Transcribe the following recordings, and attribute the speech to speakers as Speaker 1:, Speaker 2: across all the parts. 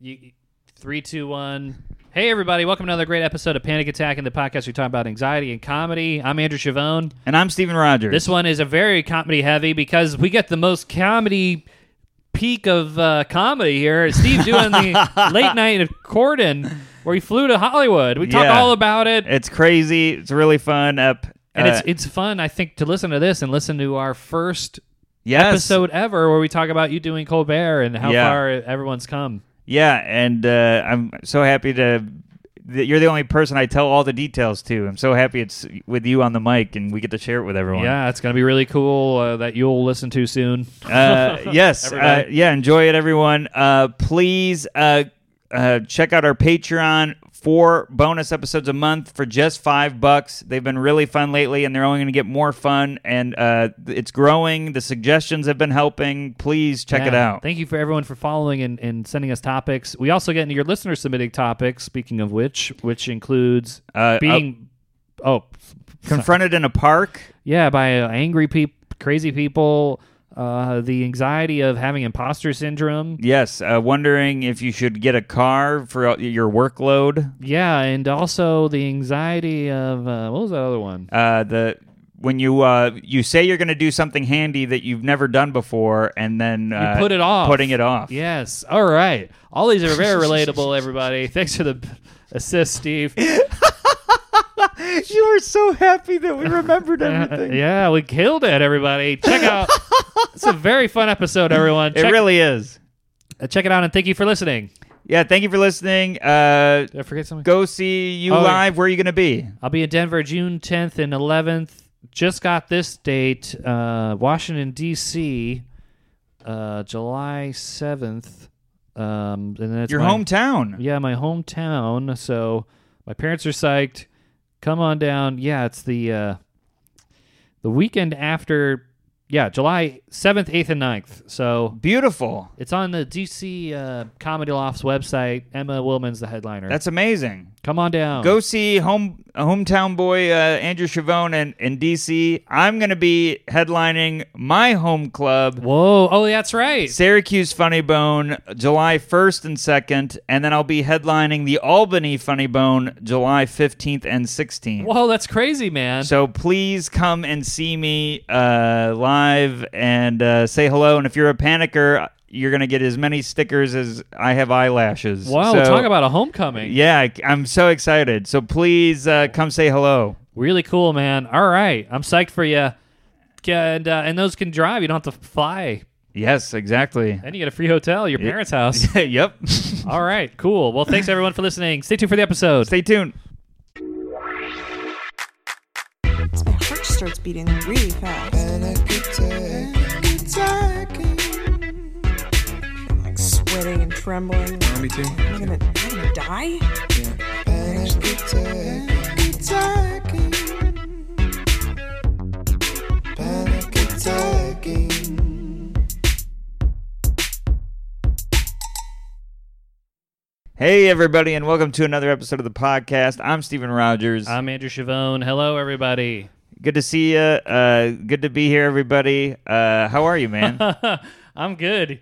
Speaker 1: You, three, two, one. Hey, everybody. Welcome to another great episode of Panic Attack and the podcast. We talk about anxiety and comedy. I'm Andrew Chavone.
Speaker 2: And I'm Stephen Rogers.
Speaker 1: This one is a very comedy heavy because we get the most comedy peak of uh, comedy here. Steve doing the late night of Corden where he flew to Hollywood. We talk
Speaker 2: Yeah.
Speaker 1: all about it.
Speaker 2: it's crazy. It's really fun. Up
Speaker 1: and
Speaker 2: uh,
Speaker 1: it's it's fun, I think, to listen to this and listen to our first
Speaker 2: yes.
Speaker 1: episode ever where we talk about you doing Colbert and how
Speaker 2: Yeah.
Speaker 1: far everyone's come.
Speaker 2: Yeah, and uh, I'm so happy to. That you're the only person I tell all the details to. I'm so happy it's with you on the mic and we get to share it with everyone.
Speaker 1: Yeah, it's going to be really cool uh, that you'll listen to soon.
Speaker 2: uh, yes. Uh,
Speaker 1: Everybody.
Speaker 2: yeah. Enjoy it, everyone. Uh, please uh, uh, check out our Patreon. Four bonus episodes a month for just five bucks. They've been really fun lately, and they're only going to get more fun. And uh, it's growing. The suggestions have been helping. Please check it
Speaker 1: Yeah.
Speaker 2: out.
Speaker 1: Thank you for everyone for following and, and sending us topics. We also get into your listener submitting topics, speaking of which, which includes
Speaker 2: Uh,
Speaker 1: being, oh,
Speaker 2: Confronted in a park.
Speaker 1: yeah, by uh, angry people, crazy people, uh, the anxiety of having imposter syndrome.
Speaker 2: Yes, uh, wondering if you should get a car for uh, your workload.
Speaker 1: Yeah, and also the anxiety of, uh, what was that other one?
Speaker 2: Uh, the when you uh, you say you're going to do something handy that you've never done before, and then uh,
Speaker 1: put it off.
Speaker 2: putting it off.
Speaker 1: Yes. All right. All these are very relatable, everybody. Thanks for the assist, Steve.
Speaker 2: You were so happy that we remembered everything.
Speaker 1: yeah, we killed it, everybody. Check out. it's a very fun episode, everyone.
Speaker 2: It
Speaker 1: Check,
Speaker 2: really is.
Speaker 1: uh, check it out and thank you for listening.
Speaker 2: Yeah, thank you for listening. Uh,
Speaker 1: Did I forget something?
Speaker 2: go see you
Speaker 1: Oh,
Speaker 2: live. Where are you going to be?
Speaker 1: I'll be in Denver June 10th and 11th. Just got this date, uh, Washington, D.C., uh, July 7th. Um, and that's
Speaker 2: Your
Speaker 1: my-
Speaker 2: hometown.
Speaker 1: Yeah, my hometown. So my parents are psyched. Come on down. Yeah, it's the uh, the weekend after. Yeah, July seventh, eighth, and 9th. So
Speaker 2: Beautiful.
Speaker 1: it's on the DC uh, Comedy Lofts website. Emma Willman's the headliner.
Speaker 2: That's amazing.
Speaker 1: Come on down.
Speaker 2: Go see home hometown boy uh, Andrew Chavone in, in DC. I'm going to be headlining my home club,
Speaker 1: Whoa! Oh, that's right.
Speaker 2: Syracuse Funny Bone, July 1st and 2nd, and then I'll be headlining the Albany Funny Bone, July 15th and 16th.
Speaker 1: Whoa, that's crazy, man.
Speaker 2: So please come and see me uh, live and uh, say hello. And if you're a panicker, you're going to get as many stickers as I have eyelashes.
Speaker 1: wow,
Speaker 2: So-
Speaker 1: talk about a homecoming.
Speaker 2: Yeah, I- I'm so excited. So please uh, come say hello.
Speaker 1: Really cool, man. All right, I'm psyched for you. And uh, and those can drive. You don't have to fly.
Speaker 2: Yes, exactly.
Speaker 1: And you get a free hotel, your parents' house.
Speaker 2: yep.
Speaker 1: All right, cool. Well, thanks everyone for listening. Stay tuned for the episode.
Speaker 2: Stay tuned.
Speaker 3: My heart starts beating really fast.
Speaker 4: and I keep tagging.
Speaker 3: I'm like sweating and trembling.
Speaker 4: Me too.
Speaker 3: I'm gonna, I'm gonna die.
Speaker 4: And I keep tagging. Panic attacking.
Speaker 2: Hey, everybody, and welcome to another episode of the podcast. I'm Stephen Rogers.
Speaker 1: I'm Andrew Chavone. Hello, everybody.
Speaker 2: good to see you. Uh, good to be here, everybody. Uh, how are you, man?
Speaker 1: I'm good.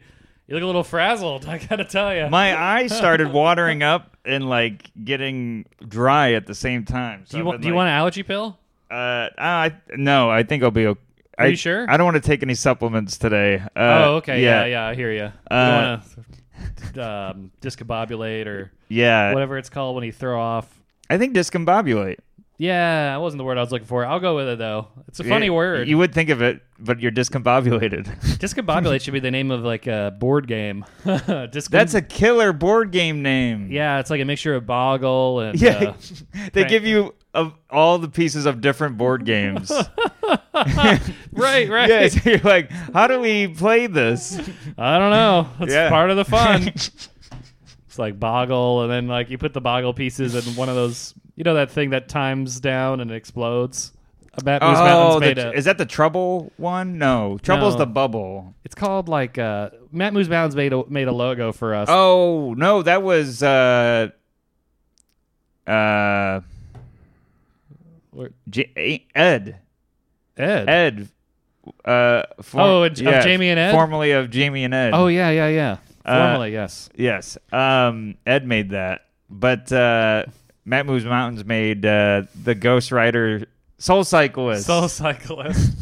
Speaker 1: You look a little frazzled. I gotta tell you.
Speaker 2: My eyes started watering up and like getting dry at the same time. So
Speaker 1: do you
Speaker 2: I've
Speaker 1: want?
Speaker 2: been
Speaker 1: Do you
Speaker 2: like,
Speaker 1: want an allergy pill?
Speaker 2: Uh, I no, I think I'll be. Okay.
Speaker 1: Are
Speaker 2: I,
Speaker 1: you sure?
Speaker 2: I don't want to take any supplements today. Uh,
Speaker 1: oh, okay. Yeah, yeah. I hear you.
Speaker 2: Uh,
Speaker 1: don't wanna, um, discombobulate or
Speaker 2: yeah.
Speaker 1: whatever it's called when you throw off.
Speaker 2: I think discombobulate.
Speaker 1: Yeah, that wasn't the word I was looking for. I'll go with it though. It's a funny
Speaker 2: Yeah,
Speaker 1: word.
Speaker 2: You would think of it, but you're discombobulated.
Speaker 1: discombobulate should be the name of like a board game. Discom-
Speaker 2: That's a killer board game name.
Speaker 1: yeah. It's like a mixture of boggle and
Speaker 2: Yeah.
Speaker 1: uh,
Speaker 2: they
Speaker 1: Frank-
Speaker 2: give you of all the pieces of different board games.
Speaker 1: right, right.
Speaker 2: yeah, so you're like, how do we play this?
Speaker 1: I don't know. It's
Speaker 2: Yeah.
Speaker 1: part of the fun. it's like boggle, and then like you put the boggle pieces in one of those, you know, that thing that times down and explodes. A Bat- Moose Mountain's
Speaker 2: Oh, the-
Speaker 1: made a,
Speaker 2: is that the trouble one? No, trouble's
Speaker 1: No.
Speaker 2: the bubble.
Speaker 1: It's called like uh, Matt Moose Mountain's made a, made a logo for us.
Speaker 2: Oh no, that was uh, uh,
Speaker 1: Where-
Speaker 2: J- Ed.
Speaker 1: Ed.
Speaker 2: Ed. Uh, for,
Speaker 1: Oh, and- of Jamie and Ed?
Speaker 2: Formerly of Jamie and Ed.
Speaker 1: Oh yeah, yeah, yeah.
Speaker 2: Uh,
Speaker 1: Formally, yes.
Speaker 2: Yes. Um, Ed made that. But uh, Matt Moves Mountains made uh, the Ghost Rider Soul Cyclist.
Speaker 1: Soul Cyclist.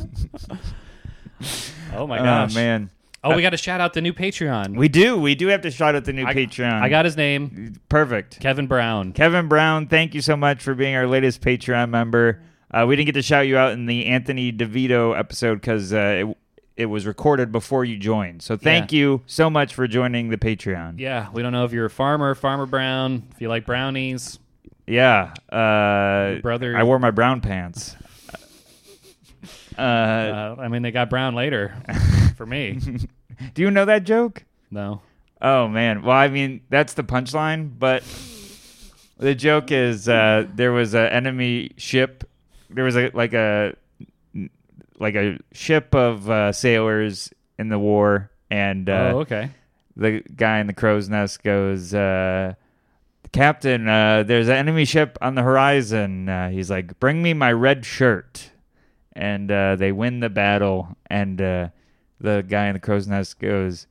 Speaker 1: oh my gosh.
Speaker 2: Oh, man.
Speaker 1: Oh, we got to shout out the new Patreon.
Speaker 2: We do. We do have to shout out the new
Speaker 1: I,
Speaker 2: Patreon.
Speaker 1: I got his name,
Speaker 2: Perfect.
Speaker 1: Kevin Brown.
Speaker 2: Kevin Brown, thank you so much for being our latest Patreon member. Uh, we didn't get to shout you out in the Anthony DeVito episode because uh, it, it was recorded before you joined. So thank
Speaker 1: Yeah.
Speaker 2: you so much for joining the Patreon.
Speaker 1: Yeah, we don't know if you're a farmer, Farmer Brown, if you like brownies.
Speaker 2: Yeah. Uh,
Speaker 1: brother-
Speaker 2: I wore my brown pants. Uh,
Speaker 1: Uh, I mean, they got brown later for me.
Speaker 2: do you know that joke?
Speaker 1: No.
Speaker 2: Oh man. Well, I mean, that's the punchline, but the joke is uh, there was an enemy ship. There was a like a like a ship of uh, sailors in the war, and uh,
Speaker 1: oh, okay.
Speaker 2: the guy in the crow's nest goes, uh, "Captain, uh, there's an enemy ship on the horizon." Uh, he's like, "Bring me my red shirt," and uh, they win the battle. And uh, the guy in the crow's nest goes,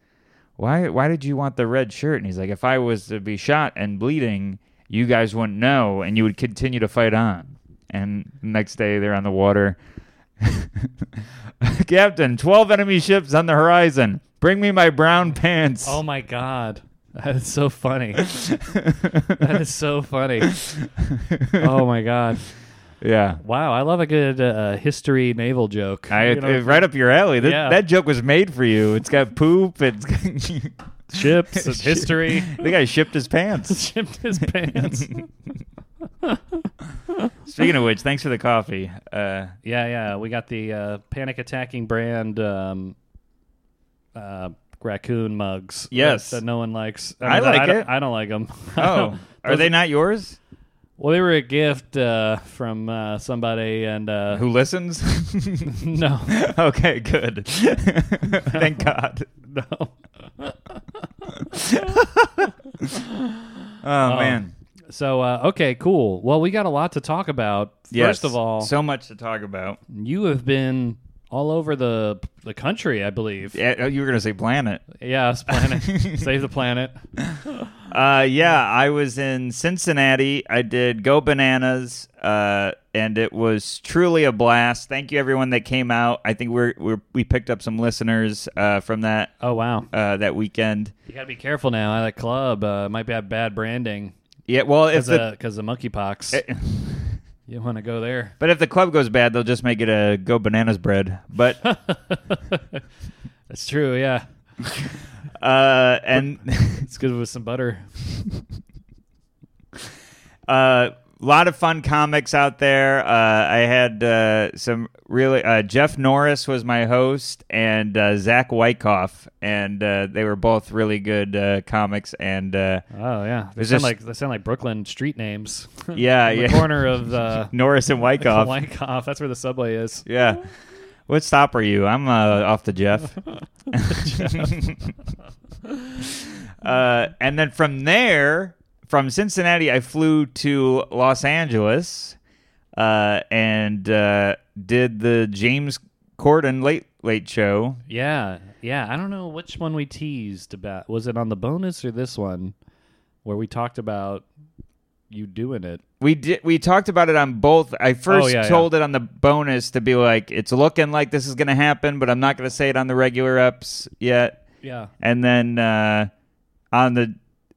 Speaker 2: "Why? Why did you want the red shirt?" And he's like, "If I was to be shot and bleeding, you guys wouldn't know, and you would continue to fight on." And the next day, they're on the water. Captain, 12 enemy ships on the horizon. Bring me my brown pants.
Speaker 1: Oh my God. That is so funny. that is so funny. Oh my God.
Speaker 2: Yeah.
Speaker 1: Wow, I love a good uh, history naval joke.
Speaker 2: I,
Speaker 1: You know,
Speaker 2: it- right up your alley. That,
Speaker 1: Yeah.
Speaker 2: that joke was made for you. It's got poop. It's
Speaker 1: ships and history.
Speaker 2: the guy shipped his pants.
Speaker 1: Shipped his pants.
Speaker 2: Speaking of which, thanks for the coffee. Uh,
Speaker 1: Yeah, yeah. We got the uh, panic attacking brand um, uh, raccoon mugs.
Speaker 2: Yes.
Speaker 1: that, that no one likes.
Speaker 2: I
Speaker 1: that-
Speaker 2: like
Speaker 1: don't-
Speaker 2: it.
Speaker 1: I don't like them.
Speaker 2: oh, are they not yours?
Speaker 1: well, they were a gift uh, from uh, somebody, and uh,
Speaker 2: Who listens?
Speaker 1: no,
Speaker 2: okay, good. Thank God.
Speaker 1: no.
Speaker 2: Oh, man.
Speaker 1: So uh, okay, cool. Well, we got a lot to talk about.
Speaker 2: Yes.
Speaker 1: First of all,
Speaker 2: so much to talk about.
Speaker 1: you have been all over the the country, I believe.
Speaker 2: Yeah, oh, you were going to say planet.
Speaker 1: Yes, planet, save the planet.
Speaker 2: Uh, yeah, I was in Cincinnati. I did Go Bananas, uh, and it was truly a blast. Thank you, everyone that came out. I think we're, we're we picked up some listeners uh, from that
Speaker 1: Oh wow,
Speaker 2: uh, that weekend.
Speaker 1: you got to be careful now. That club uh, might have bad branding.
Speaker 2: Yeah, well, if
Speaker 1: because
Speaker 2: the,
Speaker 1: the, 'cause the monkeypox.
Speaker 2: Eh,
Speaker 1: you want to go there?
Speaker 2: but if the club goes bad, they'll just make it a Go Bananas bread. But
Speaker 1: That's true. Yeah,
Speaker 2: uh, and
Speaker 1: it's good with some butter.
Speaker 2: a Uh, lot of fun comics out there. Uh, I had uh, some really. Uh, Jeff Norris was my host, and uh, Zach Wyckoff, and uh, they were both really good uh, comics. And uh,
Speaker 1: Oh yeah, they
Speaker 2: Is
Speaker 1: sound
Speaker 2: this-
Speaker 1: like they sound like Brooklyn street names.
Speaker 2: yeah,
Speaker 1: the
Speaker 2: yeah,
Speaker 1: corner of the
Speaker 2: Norris and Wyckoff.
Speaker 1: Wyckoff. That's where the subway is.
Speaker 2: yeah. What stop are you? I'm uh, off to Jeff. uh, and then from there, from Cincinnati, I flew to Los Angeles uh, and uh, did the James Corden Late Late Show.
Speaker 1: Yeah, yeah. I don't know which one we teased about. Was it on the bonus or this one where we talked about you doing it?
Speaker 2: We did. We talked about it on both. I first
Speaker 1: Oh, yeah,
Speaker 2: told it on the bonus to be like, it's looking like this is going to happen, but I'm not going to say it on the regular ups yet.
Speaker 1: Yeah.
Speaker 2: And then uh, on the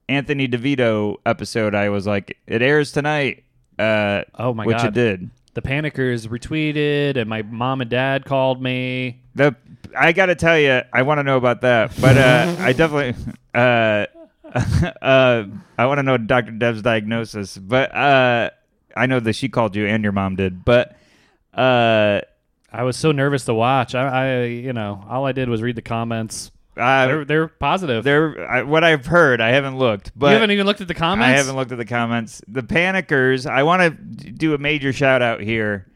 Speaker 2: Anthony DeVito episode, I was like, "It airs tonight." Uh,
Speaker 1: Oh, my
Speaker 2: which
Speaker 1: God.
Speaker 2: it did.
Speaker 1: The panickers retweeted, and my mom and dad called me.
Speaker 2: The I gotta tell you, I want to know about that, but uh, I definitely uh, uh, I want to know Dr. Dev's diagnosis. But uh, I know that she called you and your mom did, but. Uh,
Speaker 1: I was so nervous to watch. I, I you know, all I did was read the comments.
Speaker 2: I,
Speaker 1: They're, they're positive.
Speaker 2: there, I, what I've heard, I haven't looked, but
Speaker 1: you haven't even looked at the comments.
Speaker 2: I haven't looked at the comments. The panickers. I want to do a major shout out here.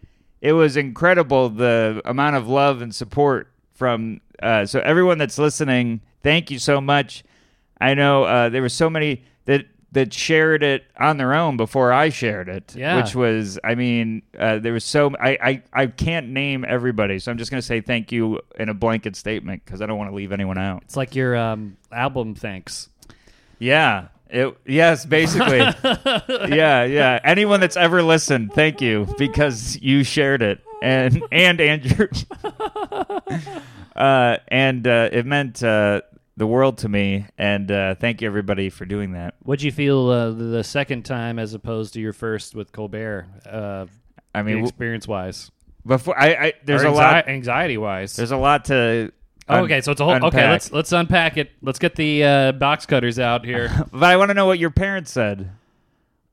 Speaker 2: It was incredible the amount of love and support from uh, so everyone that's listening. Thank you so much. I know uh, there were so many that that shared it on their own before I shared it.
Speaker 1: Yeah.
Speaker 2: Which was, I mean, uh, there was so I, I I can't name everybody, so I'm just gonna say thank you in a blanket statement because I don't want to leave anyone out.
Speaker 1: It's like your um, album thanks.
Speaker 2: Yeah. It, yes, basically. yeah, yeah. Anyone that's ever listened, thank you because you shared it, and and Andrew, uh, and uh, it meant uh, the world to me. And uh, thank you everybody for doing that.
Speaker 1: What'd you feel uh, the second time as opposed to your first with Colbert? Uh,
Speaker 2: I mean, w-
Speaker 1: experience wise,
Speaker 2: before I, I there's a lot.
Speaker 1: anxiety wise.
Speaker 2: There's a lot to. un-
Speaker 1: Oh, okay, so it's a whole. Okay,
Speaker 2: unpack.
Speaker 1: let's let's unpack it. Let's get the uh, box cutters out here.
Speaker 2: But I want to know what your parents said.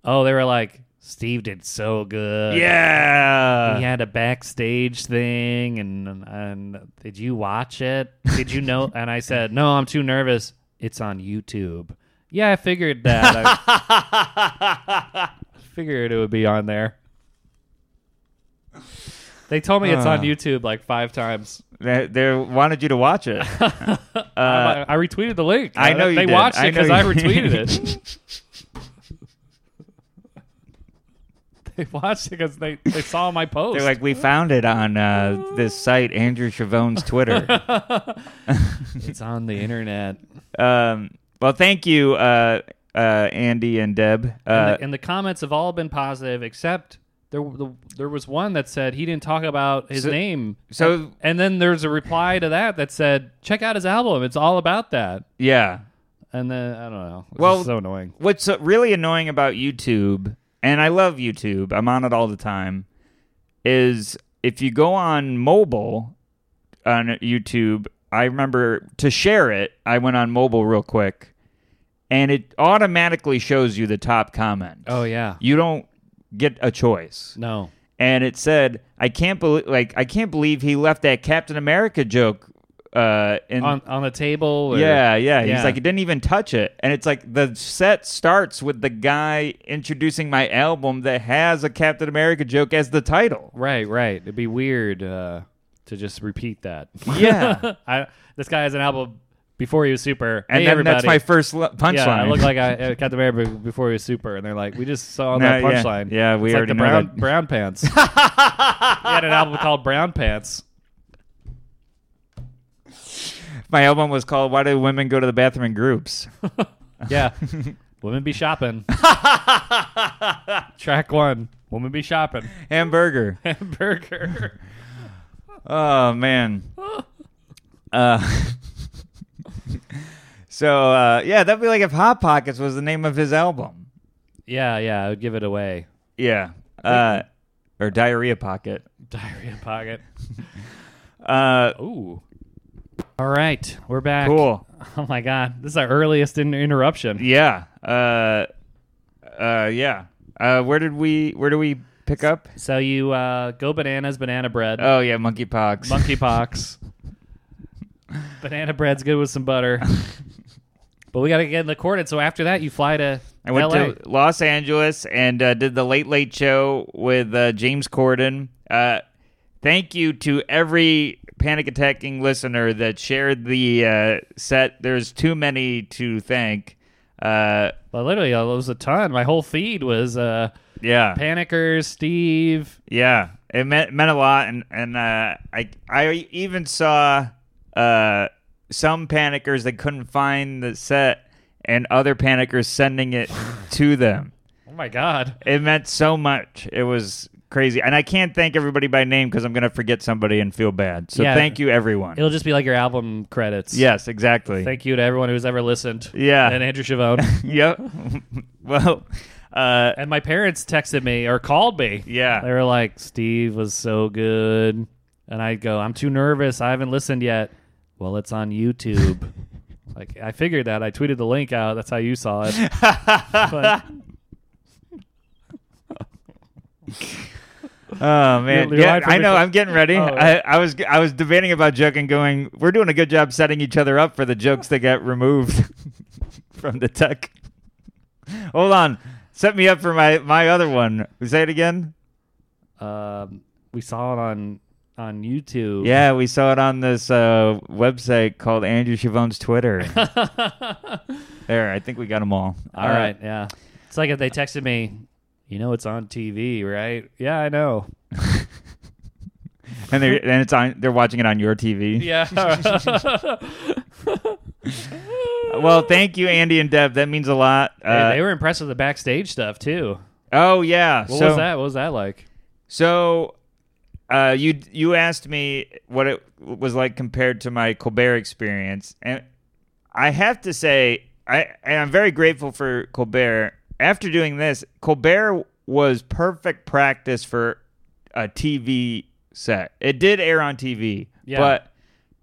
Speaker 1: oh, they were like, Steve did so good.
Speaker 2: Yeah.
Speaker 1: He had a backstage thing, and and did you watch it? Did you know? and I said, no, I'm too nervous. It's on YouTube. Yeah, I figured that. I figured it would be on there. They told me it's on
Speaker 2: Uh.
Speaker 1: YouTube like five times.
Speaker 2: They, they wanted you to watch it. Uh,
Speaker 1: I, I retweeted the link.
Speaker 2: I know you
Speaker 1: they
Speaker 2: did.
Speaker 1: watched
Speaker 2: I
Speaker 1: it
Speaker 2: know
Speaker 1: because
Speaker 2: you
Speaker 1: I
Speaker 2: did.
Speaker 1: retweeted it. they watched it because they, they saw my post.
Speaker 2: They're like, we found it on uh, this site, Andrew Chavone's Twitter.
Speaker 1: it's on the internet.
Speaker 2: um, well, thank you, uh, uh, Andy and Deb.
Speaker 1: and,
Speaker 2: Uh,
Speaker 1: the, and the comments have all been positive except there the, there was one that said he didn't talk about his
Speaker 2: So-
Speaker 1: name.
Speaker 2: so
Speaker 1: And then there's a reply to that that said, "Check out his album. It's all about that."
Speaker 2: yeah,
Speaker 1: And then I don't know. It's
Speaker 2: Well-
Speaker 1: just so annoying.
Speaker 2: what's uh, really annoying about YouTube, and I love YouTube, I'm on it all the time, is if you go on mobile on YouTube, I remember to share it, I went on mobile real quick, and it automatically shows you the top comment.
Speaker 1: Oh yeah.
Speaker 2: You don't get a choice.
Speaker 1: No.
Speaker 2: and it said, "I can't believe like I can't believe he left that Captain America joke." Uh, in
Speaker 1: On on the table. Or,
Speaker 2: yeah, yeah,
Speaker 1: Yeah.
Speaker 2: He's like, he didn't even touch it, and it's like the set starts with the guy introducing my album that has a Captain America joke as the title.
Speaker 1: Right. Right. It'd be weird uh, to just repeat that.
Speaker 2: Yeah.
Speaker 1: I, this guy has an album before he was super.
Speaker 2: And
Speaker 1: hey,
Speaker 2: then
Speaker 1: everybody.
Speaker 2: that's my first lo- punchline.
Speaker 1: Yeah, I look like I uh, Captain America before he was super, and they're like, we just saw
Speaker 2: No,
Speaker 1: that
Speaker 2: yeah.
Speaker 1: punchline.
Speaker 2: Yeah, we
Speaker 1: It's like
Speaker 2: already
Speaker 1: the brown
Speaker 2: know that.
Speaker 1: brown pants. he had an album called Brown Pants.
Speaker 2: my album was called "Why Do Women Go to the Bathroom in Groups?"
Speaker 1: Yeah, women be shopping. Track one, women be shopping.
Speaker 2: Hamburger.
Speaker 1: Hamburger.
Speaker 2: Oh man. uh, so uh, yeah, that'd be like if Hot Pockets was the name of his album.
Speaker 1: Yeah, yeah, I would give it away.
Speaker 2: Yeah. Uh, or Diarrhea Pocket.
Speaker 1: Diarrhea pocket.
Speaker 2: Uh,
Speaker 1: Ooh. All right, we're back.
Speaker 2: cool.
Speaker 1: Oh my god, this is our earliest in- interruption.
Speaker 2: Yeah. Uh, uh, yeah. Uh, where did we where do we pick up?
Speaker 1: So you uh, go bananas, banana bread.
Speaker 2: Oh yeah, monkeypox.
Speaker 1: monkeypox. Banana bread's good with some butter. but we got to get in the court. So after that, you fly to
Speaker 2: I went
Speaker 1: LA.
Speaker 2: to Los Angeles and uh, did the Late Late Show with uh, James Corden. Uh, thank you to every panic attacking listener that shared the uh, set. There's too many to thank. Uh,
Speaker 1: Well, literally, uh, it was a ton. My whole feed was uh,
Speaker 2: yeah,
Speaker 1: Panicker, Steve.
Speaker 2: yeah, it meant meant a lot, and and uh, I I even saw uh, some panickers that couldn't find the set, and other panickers sending it to them.
Speaker 1: Oh my God.
Speaker 2: It meant so much. It was crazy. And I can't thank everybody by name because I'm going to forget somebody and feel bad. So
Speaker 1: Yeah.
Speaker 2: thank you, everyone.
Speaker 1: It'll just be like your album credits.
Speaker 2: yes, exactly.
Speaker 1: Thank you to everyone who's ever listened.
Speaker 2: Yeah.
Speaker 1: And Andrew Chavone.
Speaker 2: yep. well, uh,
Speaker 1: and my parents texted me or called me.
Speaker 2: Yeah.
Speaker 1: They were like, Steve was so good. And I go, I'm too nervous. I haven't listened yet. Well, it's on YouTube. like, I figured that. I tweeted the link out. That's how you saw it. But
Speaker 2: oh man,
Speaker 1: Your- your
Speaker 2: yeah,
Speaker 1: life
Speaker 2: I know.
Speaker 1: image-
Speaker 2: I'm getting ready.
Speaker 1: Oh.
Speaker 2: I, I was I was debating about joking, going, we're doing a good job setting each other up for the jokes that got removed from the tech. Hold on, set me up for my my other one. Say it again.
Speaker 1: um, we saw it on on YouTube.
Speaker 2: Yeah, we saw it on this uh, website called Andrew Chavone's Twitter. there, I think we got them all. Uh,
Speaker 1: All right. Yeah. It's like if they texted me, you know, it's on TV, right? Yeah, I know.
Speaker 2: and they're and it's on. They're watching it on your TV.
Speaker 1: Yeah.
Speaker 2: Well, thank you, Andy and Deb. That means a lot.
Speaker 1: Hey,
Speaker 2: Uh,
Speaker 1: they were impressed with the backstage stuff too.
Speaker 2: oh yeah.
Speaker 1: What
Speaker 2: so,
Speaker 1: was that? What was that like?
Speaker 2: So, uh, you you asked me what it was like compared to my Colbert experience, and I have to say, I and I'm very grateful for Colbert. After doing this, Colbert was perfect practice for a TV set. It did air on TV,
Speaker 1: Yeah.
Speaker 2: but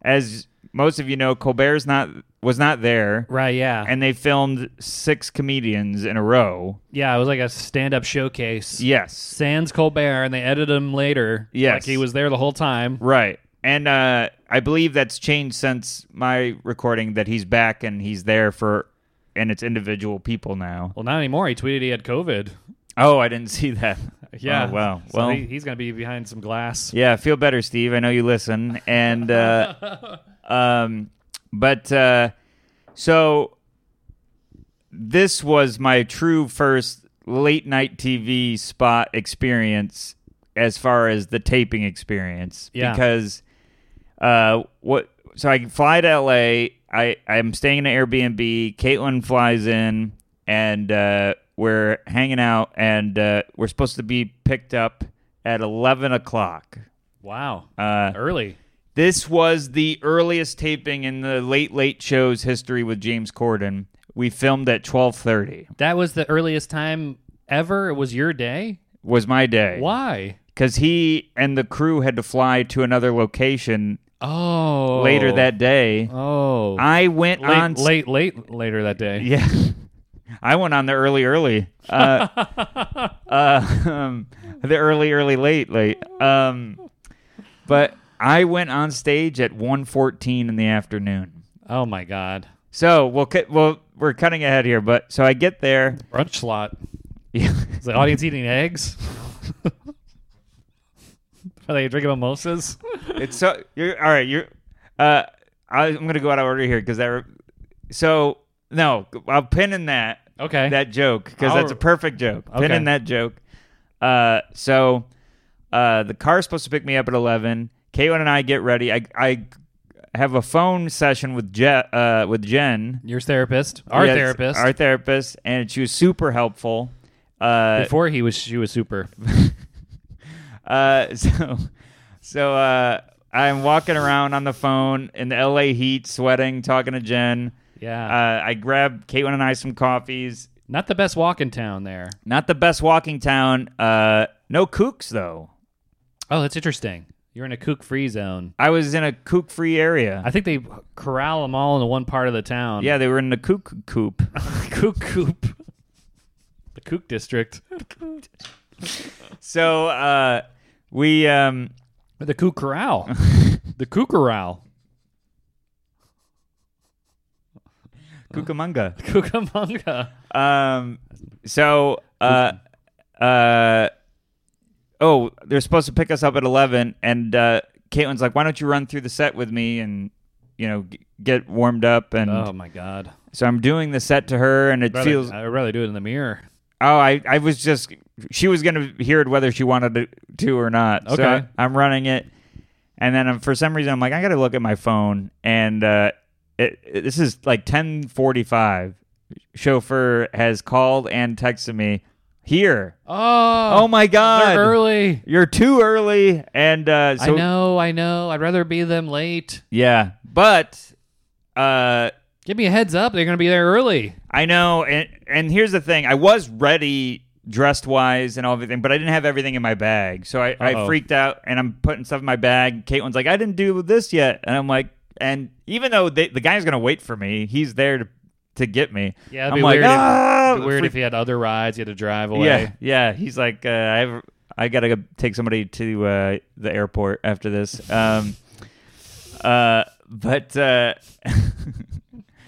Speaker 2: as most of you know, Colbert's not was not there,
Speaker 1: Right. Yeah.
Speaker 2: and they filmed six comedians in a row.
Speaker 1: yeah, it was like a stand-up showcase.
Speaker 2: Yes,
Speaker 1: Sans Colbert, and they edited him later.
Speaker 2: Yes.
Speaker 1: Like he was there the whole time.
Speaker 2: Right. And uh, I believe that's changed since my recording that he's back and he's there for, and it's individual people now.
Speaker 1: Well, not anymore. He tweeted he had COVID.
Speaker 2: Oh, I didn't see that.
Speaker 1: Yeah.
Speaker 2: Oh, wow.
Speaker 1: So
Speaker 2: well,
Speaker 1: he- he's going to be behind some glass.
Speaker 2: yeah, feel better, Steve. I know you listen. And, uh, um, but, uh, so this was my true first late night TV spot experience as far as the taping experience.
Speaker 1: Yeah.
Speaker 2: Because, uh, what, so I fly to LA. I, I'm staying in an Airbnb. Caitlin flies in and, uh, we're hanging out and, uh, we're supposed to be picked up at 11 o'clock.
Speaker 1: Wow.
Speaker 2: Uh,
Speaker 1: Early.
Speaker 2: this was the earliest taping in the Late Late Show's history with James Corden. We filmed at 12:30.
Speaker 1: That was the earliest time ever. It was your day.
Speaker 2: Was my day.
Speaker 1: Why?
Speaker 2: Cuz he and the crew had to fly to another location
Speaker 1: Oh.
Speaker 2: later that day.
Speaker 1: Oh.
Speaker 2: I went
Speaker 1: late,
Speaker 2: on
Speaker 1: late, late, later that day.
Speaker 2: Yeah. I went on the early early. Uh, uh, um, the early early late late. Um, but I went on stage at 1:14 in the afternoon.
Speaker 1: Oh my God.
Speaker 2: So we'll cut. Well, we're cutting ahead here, but so I get there.
Speaker 1: Brunch slot.
Speaker 2: Yeah.
Speaker 1: Is the audience eating eggs? Are they drinking mimosas?
Speaker 2: it's so. You're all right. You're. Uh, I, I'm gonna go out of order here because that. Re- so no, I'll pin in that
Speaker 1: Okay.
Speaker 2: that joke because that's
Speaker 1: I'll-
Speaker 2: a perfect joke. Pin
Speaker 1: Okay.
Speaker 2: in that joke. Uh, so uh, the car's supposed to pick me up at eleven. Caitlin and I get ready. I I have a phone session with Je- uh, with Jen.
Speaker 1: Your therapist, our
Speaker 2: Yes,
Speaker 1: therapist.
Speaker 2: Our therapist, and she was super helpful. Uh,
Speaker 1: Before he was, she was super.
Speaker 2: Uh, so, so uh, I'm walking around on the phone in the LA heat, sweating, talking to Jen. Uh,
Speaker 1: Yeah.
Speaker 2: I grab Caitlin and I some coffees.
Speaker 1: Not the best walk in town there.
Speaker 2: Not the best walking town. Uh, no kooks though.
Speaker 1: Oh, that's interesting. You're in a kook free zone.
Speaker 2: I was in a kook-free area.
Speaker 1: I think they corral them all into one part of the town.
Speaker 2: yeah, they were in the kook coop.
Speaker 1: kook coop. The kook district.
Speaker 2: so uh, we um,
Speaker 1: The kook corral. the kook corral.
Speaker 2: kookamonga.
Speaker 1: Kookamonga.
Speaker 2: Um, so, uh, uh, oh, they're supposed to pick us up at 11, and uh, Caitlin's like, why don't you run through the set with me and, you know, g- get warmed up? And
Speaker 1: Oh my god.
Speaker 2: so I'm doing the set to her, and it
Speaker 1: Rather-
Speaker 2: feels,
Speaker 1: I'd rather do it in the mirror.
Speaker 2: oh, I, I was just, she was going to hear it whether she wanted to, to or not. So
Speaker 1: Okay.
Speaker 2: I, am running it. And then I'm, for some reason, I'm like, I got to look at my phone. And uh, it, it- this is like 1045. Chauffeur has called and texted me here.
Speaker 1: Oh,
Speaker 2: Oh my God.
Speaker 1: they're early.
Speaker 2: You're too early. And uh, so,
Speaker 1: I know, I know. I'd rather be them late.
Speaker 2: yeah. But uh,
Speaker 1: Give me a heads up. They're going to be there early.
Speaker 2: I know. And, and here's the thing I was ready dressed wise and all everything, but I didn't have everything in my bag. So I, I
Speaker 1: Uh-oh.
Speaker 2: freaked out and I'm putting stuff in my bag. Caitlin's like, I didn't do this yet. And I'm like, and even though they, the guy's going to wait for me, he's there to, to get me.
Speaker 1: Yeah, it'd
Speaker 2: I'm
Speaker 1: be
Speaker 2: like,
Speaker 1: weird if-
Speaker 2: "Ah!"
Speaker 1: It'd be weird
Speaker 2: Freak-
Speaker 1: if he had other rides. He had to drive away.
Speaker 2: Yeah, yeah. He's like, uh, I have, I gotta go take somebody to uh, the airport after this. Um, uh, but uh,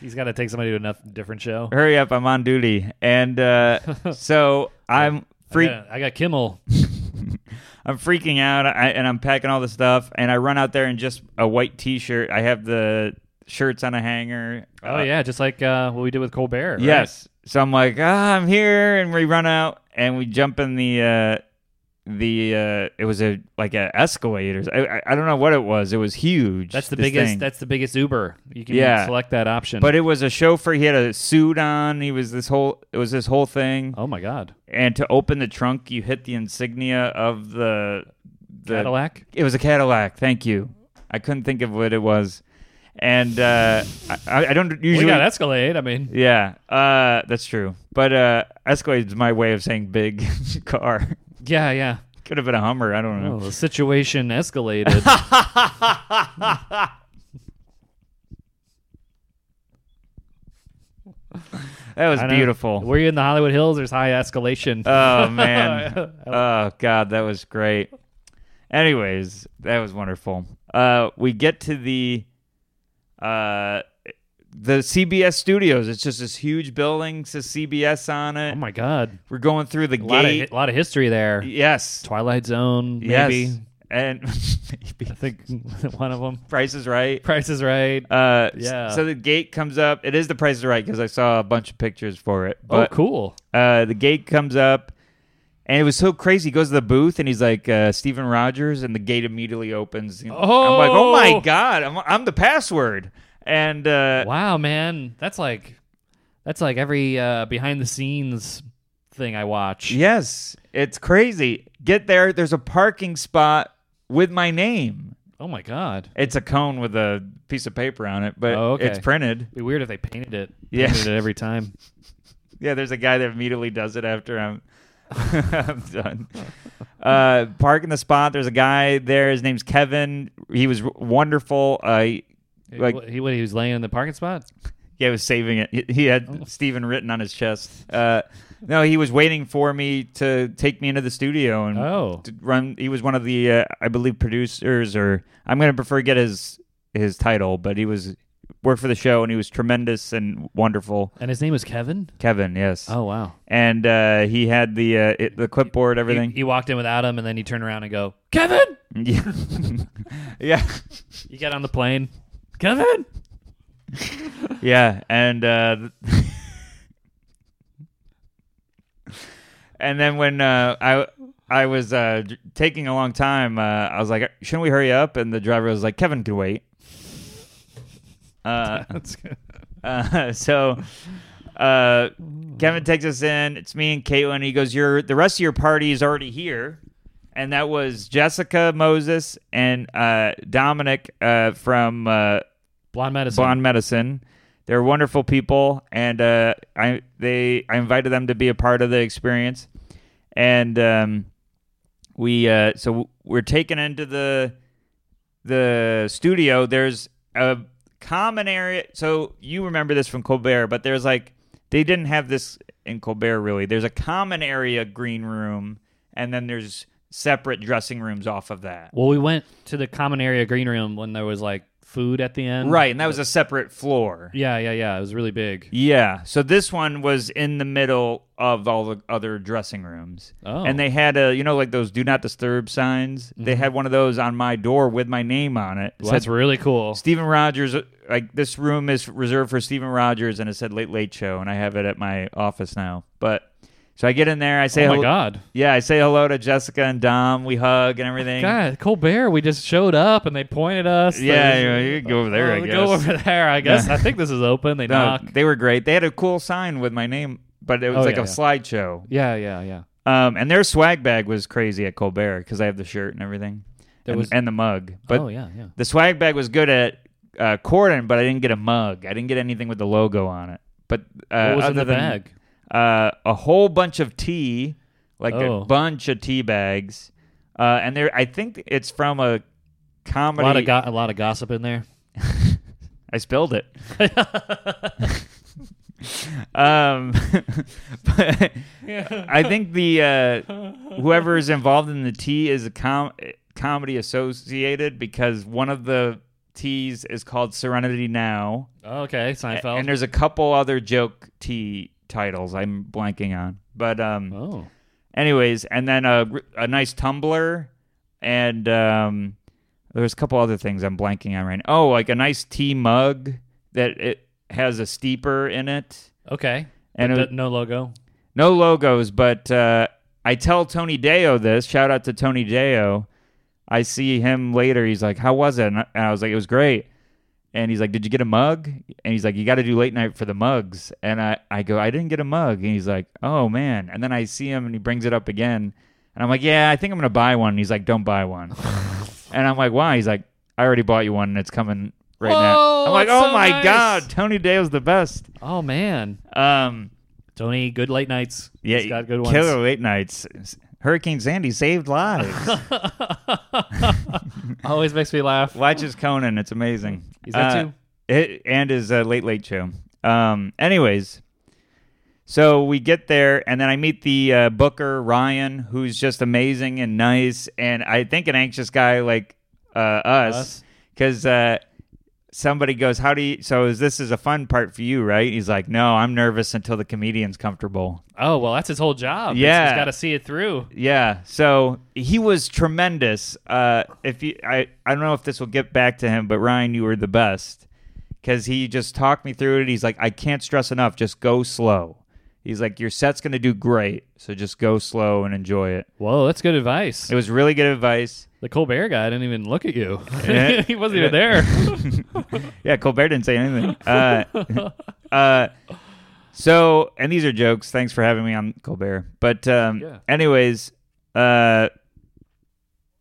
Speaker 1: He's got to take somebody to a noth- different show.
Speaker 2: hurry up, I'm on duty, and uh, so I'm
Speaker 1: I
Speaker 2: freak.
Speaker 1: got- I got Kimmel.
Speaker 2: I'm freaking out, I, and I'm packing all the stuff, and I run out there in just a white T-shirt. I have the shirts on a hanger.
Speaker 1: Oh
Speaker 2: Uh,
Speaker 1: yeah, just like uh, what we did with Colbert. right?
Speaker 2: Yes. So I'm like, ah, I'm here, and we run out, and we jump in the uh, the uh, it was a like a escalators. I, I I don't know what it was. It was huge.
Speaker 1: that's the
Speaker 2: this
Speaker 1: biggest.
Speaker 2: thing.
Speaker 1: That's the biggest Uber. You can
Speaker 2: Yeah.
Speaker 1: select that option.
Speaker 2: but it was a chauffeur. He had a suit on. He was this whole. It was this whole thing.
Speaker 1: oh my God,
Speaker 2: And to open the trunk, you hit the insignia of the the
Speaker 1: Cadillac.
Speaker 2: It was a Cadillac. Thank you. I couldn't think of what it was, and uh, I- I, I don't usually.
Speaker 1: We got Escalade. I mean,
Speaker 2: Yeah, uh, that's true. But uh, Escalade's my way of saying big car.
Speaker 1: yeah, yeah.
Speaker 2: Could have been a Hummer. I don't
Speaker 1: Oh,
Speaker 2: know.
Speaker 1: the situation escalated.
Speaker 2: That was
Speaker 1: I know.
Speaker 2: beautiful.
Speaker 1: Were you in the Hollywood Hills? There's high escalation.
Speaker 2: Oh man. oh god, that was great. Anyways, that was wonderful. Uh, we get to the uh, the CBS studios. It's just this huge building. Says CBS on
Speaker 1: oh
Speaker 2: it.
Speaker 1: my God,
Speaker 2: We're going through the
Speaker 1: a lot of,
Speaker 2: gate.
Speaker 1: hi- lot of history there.
Speaker 2: yes.
Speaker 1: Twilight Zone,
Speaker 2: Yes.
Speaker 1: maybe.
Speaker 2: And maybe
Speaker 1: I think one of them.
Speaker 2: Price is Right.
Speaker 1: Price is Right.
Speaker 2: Uh,
Speaker 1: Yeah.
Speaker 2: So the gate comes up. It is the Price is Right because I saw a bunch of pictures for it.
Speaker 1: oh, cool.
Speaker 2: Uh, the gate comes up, and it was so crazy. He goes to the booth and he's like uh, Steven Rogers, and the gate immediately opens. And I'm like, oh my
Speaker 1: Oh.
Speaker 2: god, I'm I'm the password. And uh,
Speaker 1: Wow, man, that's like that's like every uh, behind the scenes thing I watch.
Speaker 2: yes, it's crazy. Get there. There's a parking spot with my name.
Speaker 1: Oh my God,
Speaker 2: It's a cone with a piece of paper on it, but
Speaker 1: Oh, okay.
Speaker 2: it's printed.
Speaker 1: it'd be weird if they painted it.
Speaker 2: Yeah.
Speaker 1: painted it every time.
Speaker 2: Yeah, there's a guy that immediately does it after I'm, I'm done. Uh, park in the spot. There's a guy there. His name's Kevin. He was wonderful. Uh, he- like,
Speaker 1: What- he, what, he was laying in the parking spot.
Speaker 2: yeah, he was saving it. He, he
Speaker 1: Oh.
Speaker 2: had Steven written on his chest. Uh, no, he was waiting for me to take me into the studio and
Speaker 1: Oh,
Speaker 2: to run. He was one of the, uh, I believe, producers, or I'm going to prefer get his his title, but he was worked for the show and he was tremendous and wonderful.
Speaker 1: and his name was Kevin.
Speaker 2: Kevin, yes.
Speaker 1: Oh wow,
Speaker 2: and uh, he had the uh, it, the clipboard, everything.
Speaker 1: He, he walked in without him, and then he turned around and go, Kevin.
Speaker 2: yeah, yeah,
Speaker 1: You get on the plane, Kevin.
Speaker 2: yeah, and uh, and then when uh, I I was uh, j- taking a long time, uh, I was like, shouldn't we hurry up? And the driver was like, Kevin could wait. Uh,
Speaker 1: That's good.
Speaker 2: Uh, so uh, Kevin takes us in. It's me and Caitlin. He goes, "Your the rest of your party is already here," and that was Jessica Moses and uh, Dominic uh, from uh,
Speaker 1: Blonde medicine.
Speaker 2: Blonde Medicine. They're wonderful people, and uh, I they I invited them to be a part of the experience, and um, we uh, so we're taken into the the studio. There's a common area. So you remember this from Colbert, but there's like they didn't have this in Colbert really. There's a common area green room, and then there's separate dressing rooms off of that.
Speaker 1: Well, we went to the common area green room when there was like food at the end.
Speaker 2: Right, and that was a separate floor.
Speaker 1: Yeah, yeah, yeah. It was really big.
Speaker 2: Yeah. So this one was in the middle of all the other dressing rooms.
Speaker 1: Oh.
Speaker 2: And they had a, you know, like those do not disturb signs. They
Speaker 1: Mm-hmm.
Speaker 2: had one of those on my door with my name on it. It
Speaker 1: Well, that's
Speaker 2: said,
Speaker 1: really cool.
Speaker 2: Stephen Rogers, uh, like this room is reserved for Stephen Rogers, and it said Late Late Show, and I have it at my office now. But so I get in there, I say,
Speaker 1: oh my
Speaker 2: hello-
Speaker 1: god.
Speaker 2: yeah, I say hello to Jessica and Dom. We hug and everything.
Speaker 1: God, Colbert, we just showed up and they pointed us.
Speaker 2: Yeah,
Speaker 1: They-
Speaker 2: you, know, you can go over there.
Speaker 1: Oh,
Speaker 2: I guess.
Speaker 1: Go over there, I guess. I think this is open. They
Speaker 2: No,
Speaker 1: knock.
Speaker 2: they were great. They had a cool sign with my name, but it
Speaker 1: Oh,
Speaker 2: was like
Speaker 1: yeah,
Speaker 2: a
Speaker 1: yeah.
Speaker 2: slideshow.
Speaker 1: Yeah, yeah, yeah.
Speaker 2: Um, and their swag bag was crazy at Colbert because I have the shirt and everything,
Speaker 1: There
Speaker 2: and,
Speaker 1: was-
Speaker 2: and the mug. But
Speaker 1: oh yeah, yeah.
Speaker 2: the swag bag was good at uh, Corden, but I didn't get a mug. I didn't get anything with the logo on it. But uh,
Speaker 1: what was in
Speaker 2: other
Speaker 1: the
Speaker 2: than
Speaker 1: bag?
Speaker 2: Uh, a whole bunch of tea, like
Speaker 1: Oh.
Speaker 2: a bunch of tea bags, uh, and there I think it's from a
Speaker 1: A
Speaker 2: comedy.
Speaker 1: lot of go- a lot of gossip in there.
Speaker 2: I spilled it. um, but I think the uh, whoever is involved in the tea is a com- comedy associated because one of the teas is called Serenity Now,
Speaker 1: Oh, Okay,
Speaker 2: A-
Speaker 1: Seinfeld.
Speaker 2: and there's a couple other joke tea titles I'm blanking on. But um,
Speaker 1: oh,
Speaker 2: anyways, and then a, a nice tumbler and um, there's a couple other things I'm blanking on right now. Oh, like a nice tea mug that it has a steeper in it,
Speaker 1: Okay.
Speaker 2: and it was-
Speaker 1: But no logo.
Speaker 2: no logos, but uh, I tell Tony Deo this. Shout out to Tony Deo. I see him later. He's like, "How was it?" And I and I was like, "It was great." And he's like, "Did you get a mug?" And he's like, "You got to do late night for the mugs." And I, I go, "I didn't get a mug." And he's like, "Oh man!" And then I see him, and he brings it up again, and I'm like, "Yeah, I think I'm gonna buy one." And he's like, "Don't buy one." and I'm like, "Why?" He's like, "I already bought you one, and it's coming right now."
Speaker 1: Whoa,
Speaker 2: I'm like,
Speaker 1: that's
Speaker 2: "Oh
Speaker 1: so
Speaker 2: my
Speaker 1: nice."
Speaker 2: god, Tony Deo's the best."
Speaker 1: Oh man,
Speaker 2: Um,
Speaker 1: Tony, good late nights.
Speaker 2: yeah,
Speaker 1: He's got good ones.
Speaker 2: killer late nights. Hurricane Sandy saved lives.
Speaker 1: Always makes me laugh.
Speaker 2: Watch his Conan; it's amazing.
Speaker 1: Is that
Speaker 2: Uh,
Speaker 1: too?
Speaker 2: it- and his uh, Late Late Show. Um, anyways, so we get there, and then I meet the uh, Booker Ryan, who's just amazing and nice, and I think an anxious guy like uh, us,
Speaker 1: Us.
Speaker 2: because. Uh, Somebody goes, "How do you?" So is this is a fun part for you, right? He's like, "No, I'm nervous until the comedian's comfortable."
Speaker 1: Oh well, that's his whole job. He's-
Speaker 2: Yeah.
Speaker 1: he's got to see it through.
Speaker 2: Yeah. So he was tremendous. Uh, if you, I, I don't know if this will get back to him, but Ryan, you were the best because he just talked me through it. He's like, I can't stress enough. Just go slow. He's like, your set's gonna do great, so just go slow and enjoy it.
Speaker 1: Whoa, that's good advice.
Speaker 2: It was really good advice.
Speaker 1: The Colbert guy didn't even look at you.
Speaker 2: Yeah.
Speaker 1: he wasn't even there.
Speaker 2: Yeah, Colbert didn't say anything. Uh, uh, so, and these are jokes. Thanks for having me on Colbert. But, um,
Speaker 1: Yeah.
Speaker 2: anyways, uh,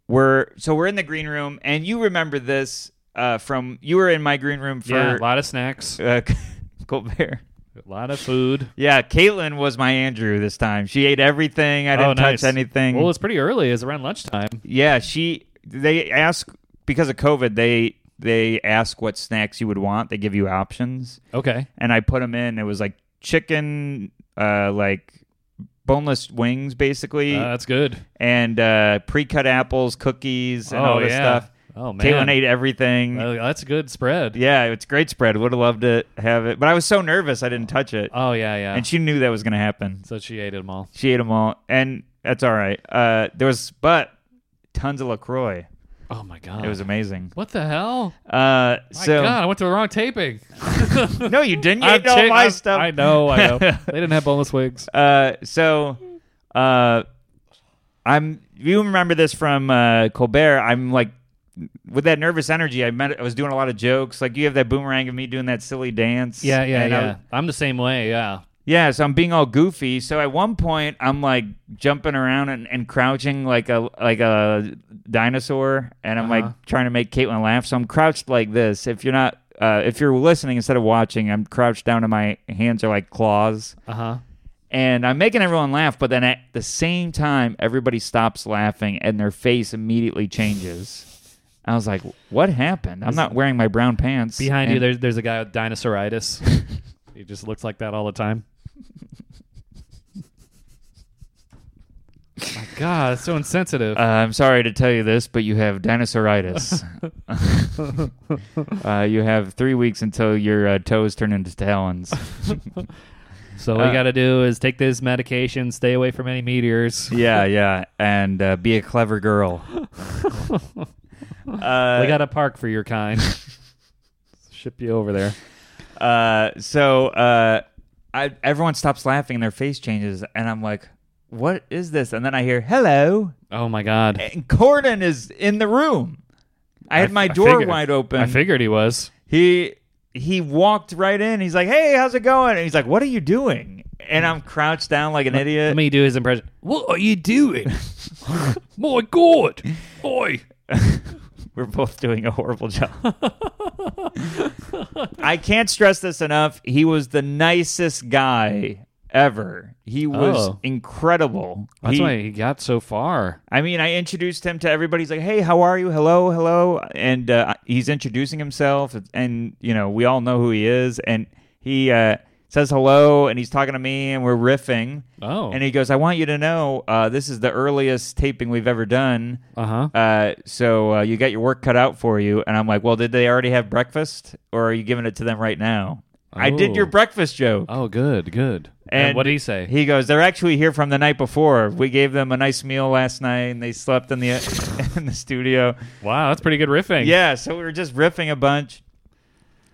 Speaker 2: we're so we're in the green room, and you remember this uh, from you were in my green room
Speaker 1: yeah,
Speaker 2: for
Speaker 1: a lot of snacks,
Speaker 2: uh, Colbert.
Speaker 1: a lot of food.
Speaker 2: Yeah, Caitlin was my Andrew this time. She ate everything. I didn't
Speaker 1: oh, nice.
Speaker 2: touch anything.
Speaker 1: Well, it's pretty early. It's around lunchtime.
Speaker 2: Yeah, she they ask because of COVID, they they ask what snacks you would want. They give you options.
Speaker 1: Okay.
Speaker 2: And I put them in. It was like chicken uh like boneless wings basically
Speaker 1: Uh, that's good.
Speaker 2: and uh pre-cut apples, cookies and
Speaker 1: oh
Speaker 2: all this
Speaker 1: yeah.
Speaker 2: stuff.
Speaker 1: Oh man.
Speaker 2: Caitlin ate everything.
Speaker 1: Oh, that's a good spread.
Speaker 2: yeah, it's great spread. Would have loved to have it. But I was so nervous I didn't touch it.
Speaker 1: Oh yeah, yeah.
Speaker 2: and she knew that was going to happen.
Speaker 1: so she ate them all.
Speaker 2: She ate them all and that's all right. Uh there was but tons of LaCroix.
Speaker 1: Oh my god.
Speaker 2: It was amazing.
Speaker 1: what the hell?
Speaker 2: Uh,
Speaker 1: My
Speaker 2: so
Speaker 1: god, I went to the wrong taping.
Speaker 2: no, you didn't. You
Speaker 1: I'm
Speaker 2: ate all
Speaker 1: tick-
Speaker 2: my
Speaker 1: I'm-
Speaker 2: stuff.
Speaker 1: I know, I know. they didn't have boneless wigs.
Speaker 2: Uh, so, uh, I'm. You remember this from uh, Colbert? I'm like, with that nervous energy, I met. I was doing a lot of jokes. Like you have that boomerang of me doing that silly dance.
Speaker 1: Yeah, yeah,
Speaker 2: And I-
Speaker 1: yeah. uh, I'm the same way. Yeah.
Speaker 2: yeah. So I'm being all goofy. So at one point, I'm like jumping around and, and crouching like a like a dinosaur, and I'm
Speaker 1: Uh-huh.
Speaker 2: like trying to make Caitlin laugh. So I'm crouched like this. If you're not. Uh, if you're listening instead of watching, I'm crouched down and my hands are like claws.
Speaker 1: Uh huh.
Speaker 2: and I'm making everyone laugh, but then at the same time, everybody stops laughing and their face immediately changes. I was like, "What happened? I'm not wearing my brown pants."
Speaker 1: Behind you,
Speaker 2: And-
Speaker 1: there's there's a guy with dinosauritis. he just looks like that all the time. My God, it's so insensitive.
Speaker 2: Uh, I'm sorry to tell you this, but you have dinosauritis. uh, you have three weeks until your uh, toes turn into talons.
Speaker 1: so what
Speaker 2: uh,
Speaker 1: you got to do is take this medication, stay away from any meteors.
Speaker 2: yeah, yeah, and uh, be a clever girl. uh,
Speaker 1: we got a park for your kind. Ship you over there.
Speaker 2: Uh, so uh, I, everyone stops laughing and their face changes, and I'm like, "What is this?" And then I hear "Hello,"
Speaker 1: Oh my God.
Speaker 2: and Corden is in the room. I had
Speaker 1: f-
Speaker 2: my door
Speaker 1: figured-
Speaker 2: wide open.
Speaker 1: I figured he was.
Speaker 2: he he walked right in. He's like, "Hey, how's it going?" And he's like, "What are you doing?" And I'm crouched down like an idiot.
Speaker 1: Let me do his impression. What are you doing? my God. Oi.
Speaker 2: We're both doing a horrible job. I can't stress this enough. He was the nicest guy ever. He was
Speaker 1: Oh.
Speaker 2: incredible.
Speaker 1: That's
Speaker 2: He-
Speaker 1: why he got so far.
Speaker 2: I mean, I introduced him to everybody. He's like, "Hey, how are you? Hello, hello," and uh, he's introducing himself, and you know, we all know who he is. And he uh, says hello, and he's talking to me, and we're riffing.
Speaker 1: Oh.
Speaker 2: And he goes, "I want you to know, uh, this is the earliest taping we've ever done.
Speaker 1: uh huh.
Speaker 2: Uh, so uh, you got your work cut out for you." And I'm like, "Well, did they already have breakfast, or are you giving it to them right now?" I did your
Speaker 1: Oh.
Speaker 2: breakfast joke.
Speaker 1: Oh, good, good. And, what did he say?
Speaker 2: He goes, "They're actually here from the night before. We gave them a nice meal last night, and they slept in the in the studio.
Speaker 1: wow, that's pretty good riffing.
Speaker 2: Yeah, so we were just riffing a bunch.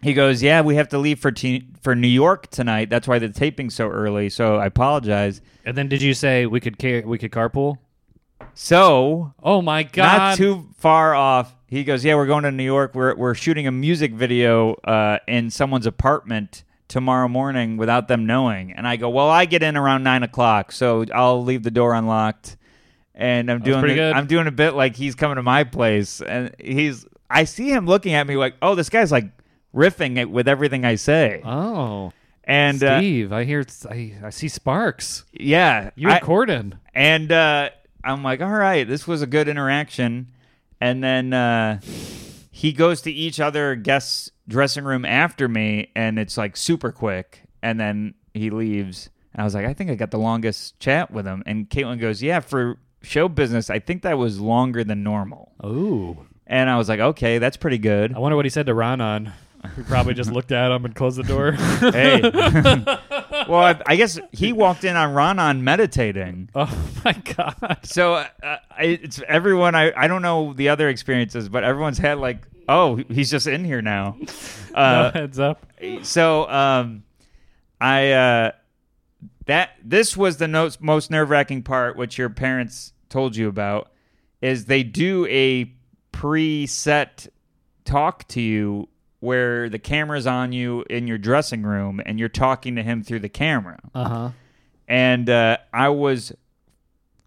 Speaker 2: He goes, "Yeah, we have to leave for te- for New York tonight. That's why the taping's so early. So I apologize.
Speaker 1: And then did you say we could car- we could carpool?
Speaker 2: So
Speaker 1: Oh my god.
Speaker 2: not too far off. He goes, "Yeah, we're going to New York. We're we're shooting a music video uh, in someone's apartment." Tomorrow morning, without them knowing, and I go. Well, I get in around nine o'clock, so I'll leave the door unlocked, and I'm doing.
Speaker 1: pretty
Speaker 2: the-
Speaker 1: good.
Speaker 2: I'm doing a bit like he's coming to my place, and he's. I see him looking at me like, "Oh, this guy's like riffing it with everything I say,"
Speaker 1: Oh,
Speaker 2: and uh,
Speaker 1: Steve, I hear it's- I, I see sparks.
Speaker 2: yeah,
Speaker 1: You
Speaker 2: I-
Speaker 1: and Corden.
Speaker 2: and uh, I'm like, all right, this was a good interaction. And then uh, he goes to each other guest's dressing room after me, and it's like super quick. And then he leaves. And I was like, I think I got the longest chat with him. And Caitlin goes, Yeah, for show business, I think that was longer than normal.
Speaker 1: Oh,
Speaker 2: And I was like, Okay, that's pretty good.
Speaker 1: I wonder what he said to Ronan. He probably just looked at him and closed the door.
Speaker 2: hey. well, I, I guess he walked in on Ronan meditating.
Speaker 1: oh my god.
Speaker 2: So uh, uh, it's everyone. I, I don't know the other experiences, but everyone's had like, oh, he's just in here now.
Speaker 1: No
Speaker 2: Uh,
Speaker 1: heads up.
Speaker 2: so um, I uh, that this was the no- most nerve wracking part, which your parents told you about, is they do a preset talk to you where the camera's on you in your dressing room and you're talking to him through the camera
Speaker 1: Uh huh.
Speaker 2: and uh, I was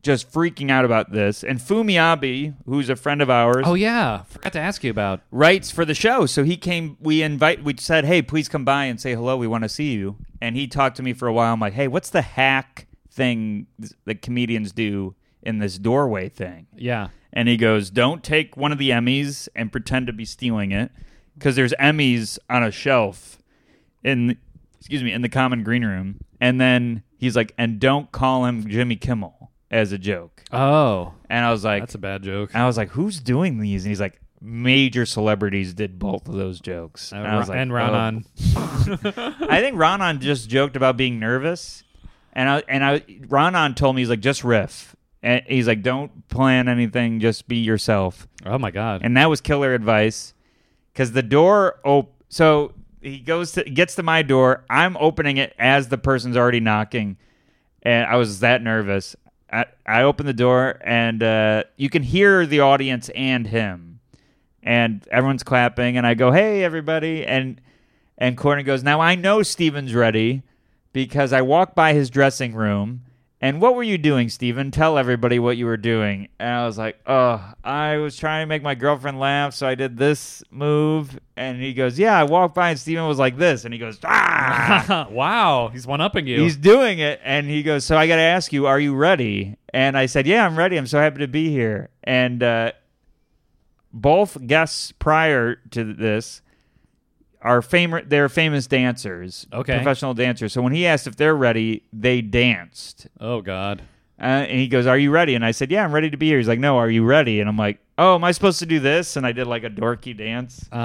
Speaker 2: just freaking out about this. And Fumiabi, who's a friend of ours,
Speaker 1: Oh yeah, forgot to ask you about.
Speaker 2: writes for the show. So he came. We invite. We said, "Hey, please come by and say hello. We want to see you." And he talked to me for a while. I'm like, "Hey, what's the hack thing that comedians do in this doorway thing?"
Speaker 1: Yeah.
Speaker 2: and he goes, "Don't take one of the Emmys and pretend to be stealing it, because there's Emmys on a shelf in, excuse me, in the common green room." And then he's like, "And don't call him Jimmy Kimmel as a joke."
Speaker 1: Oh,
Speaker 2: And I was like,
Speaker 1: that's a bad joke.
Speaker 2: I was like, "Who's doing these?" And he's like, "Major celebrities did both of those jokes."
Speaker 1: Uh,
Speaker 2: And I was like,
Speaker 1: and
Speaker 2: "Oh."
Speaker 1: Ronan.
Speaker 2: I think Ronan just joked about being nervous, and I and I Ronan told me he's like, "Just riff." And he's like, "Don't plan anything. Just be yourself."
Speaker 1: Oh my god.
Speaker 2: and that was killer advice because the door op- so he goes to gets to my door i'm opening it as the person's already knocking and i was that nervous i, I open the door and uh, you can hear the audience and him and everyone's clapping and i go hey everybody and and Courtney goes now i know steven's ready because i walked by his dressing room and what were you doing steven tell everybody what you were doing and i was like oh i was trying to make my girlfriend laugh so i did this move and he goes yeah i walked by and steven was like this and he goes ah
Speaker 1: wow, he's one upping you.
Speaker 2: He's doing it, and he goes. So I got to ask you, are you ready? And I said, Yeah, I'm ready. I'm so happy to be here. And uh, both guests prior to this are famous. They're famous dancers,
Speaker 1: Okay.
Speaker 2: professional dancers. So when he asked if they're ready, they danced.
Speaker 1: oh god.
Speaker 2: Uh, and he goes, "Are you ready?" And I said, "Yeah, I'm ready to be here." He's like, "No, are you ready?" And I'm like, "Oh, am I supposed to do this?" And I did like a dorky dance.
Speaker 1: Uh,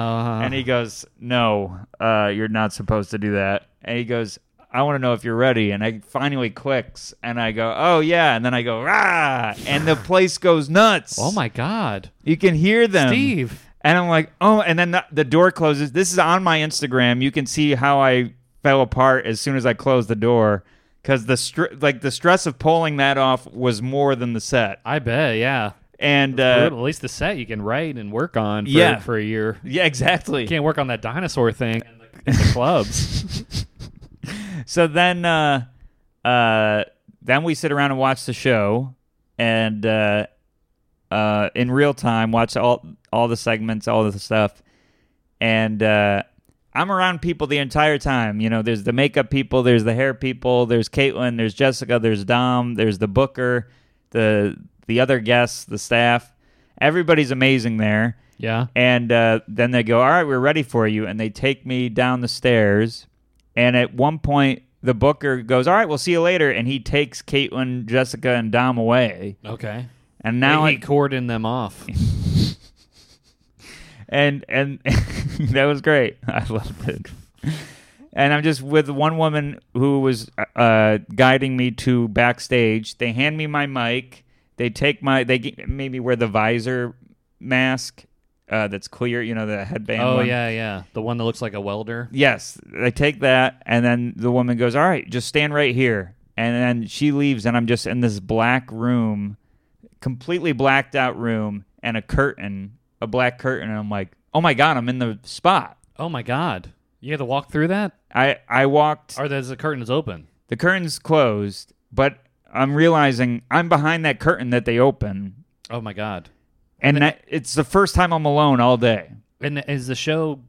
Speaker 2: And he goes, No, uh, you're not supposed to do that. And he goes, I want to know if you're ready. And I finally clicks and I go, Oh, yeah. And then I go, Rah. And the place goes nuts.
Speaker 1: oh my god,
Speaker 2: You can hear them.
Speaker 1: Steve.
Speaker 2: And I'm like, Oh. And then the, the door closes. This is on my Instagram. You can see how I fell apart as soon as I closed the door. Because the str- like the stress of pulling that off was more than the set,
Speaker 1: I bet. Yeah.
Speaker 2: and uh,
Speaker 1: at least the set you can write and work on for,
Speaker 2: Yeah.
Speaker 1: for a year.
Speaker 2: yeah, exactly.
Speaker 1: You can't work on that dinosaur thing in the, in the clubs.
Speaker 2: So then, uh, uh, then we sit around and watch the show, and uh, uh, in real time, watch all all the segments, all of the stuff, and uh, I'm around people the entire time. You know, there's the makeup people, there's the hair people, there's Caitlin, there's Jessica, there's Dom, there's the Booker, the the other guests, the staff. Everybody's amazing there.
Speaker 1: Yeah.
Speaker 2: And uh, then they go, All right, we're ready for you. And they take me down the stairs. And at one point, the booker goes, All right, we'll see you later. And he takes Caitlin, Jessica, and Dom away.
Speaker 1: Okay.
Speaker 2: And
Speaker 1: Now
Speaker 2: now
Speaker 1: he
Speaker 2: I,
Speaker 1: cordoned them off.
Speaker 2: and and that was great. I loved it. and I'm just with one woman who was uh, guiding me to backstage. They hand me my mic. They take my they g- made me wear the visor mask uh, that's clear, you know, the headband.
Speaker 1: Oh
Speaker 2: one.
Speaker 1: yeah, yeah. The one that looks like a welder.
Speaker 2: Yes, they take that, and then the woman goes, "All right, just stand right here." And then she leaves, and I'm just in this black room, completely blacked out room, and a curtain, a black curtain, and I'm like, "Oh my god, I'm in the spot."
Speaker 1: Oh my god. You had to walk through that?
Speaker 2: I I walked.
Speaker 1: Or there's the curtain is open.
Speaker 2: The curtain's closed, but I'm realizing I'm behind that curtain that they open,
Speaker 1: Oh my god.
Speaker 2: and that, it's the first time I'm alone all day.
Speaker 1: And is the show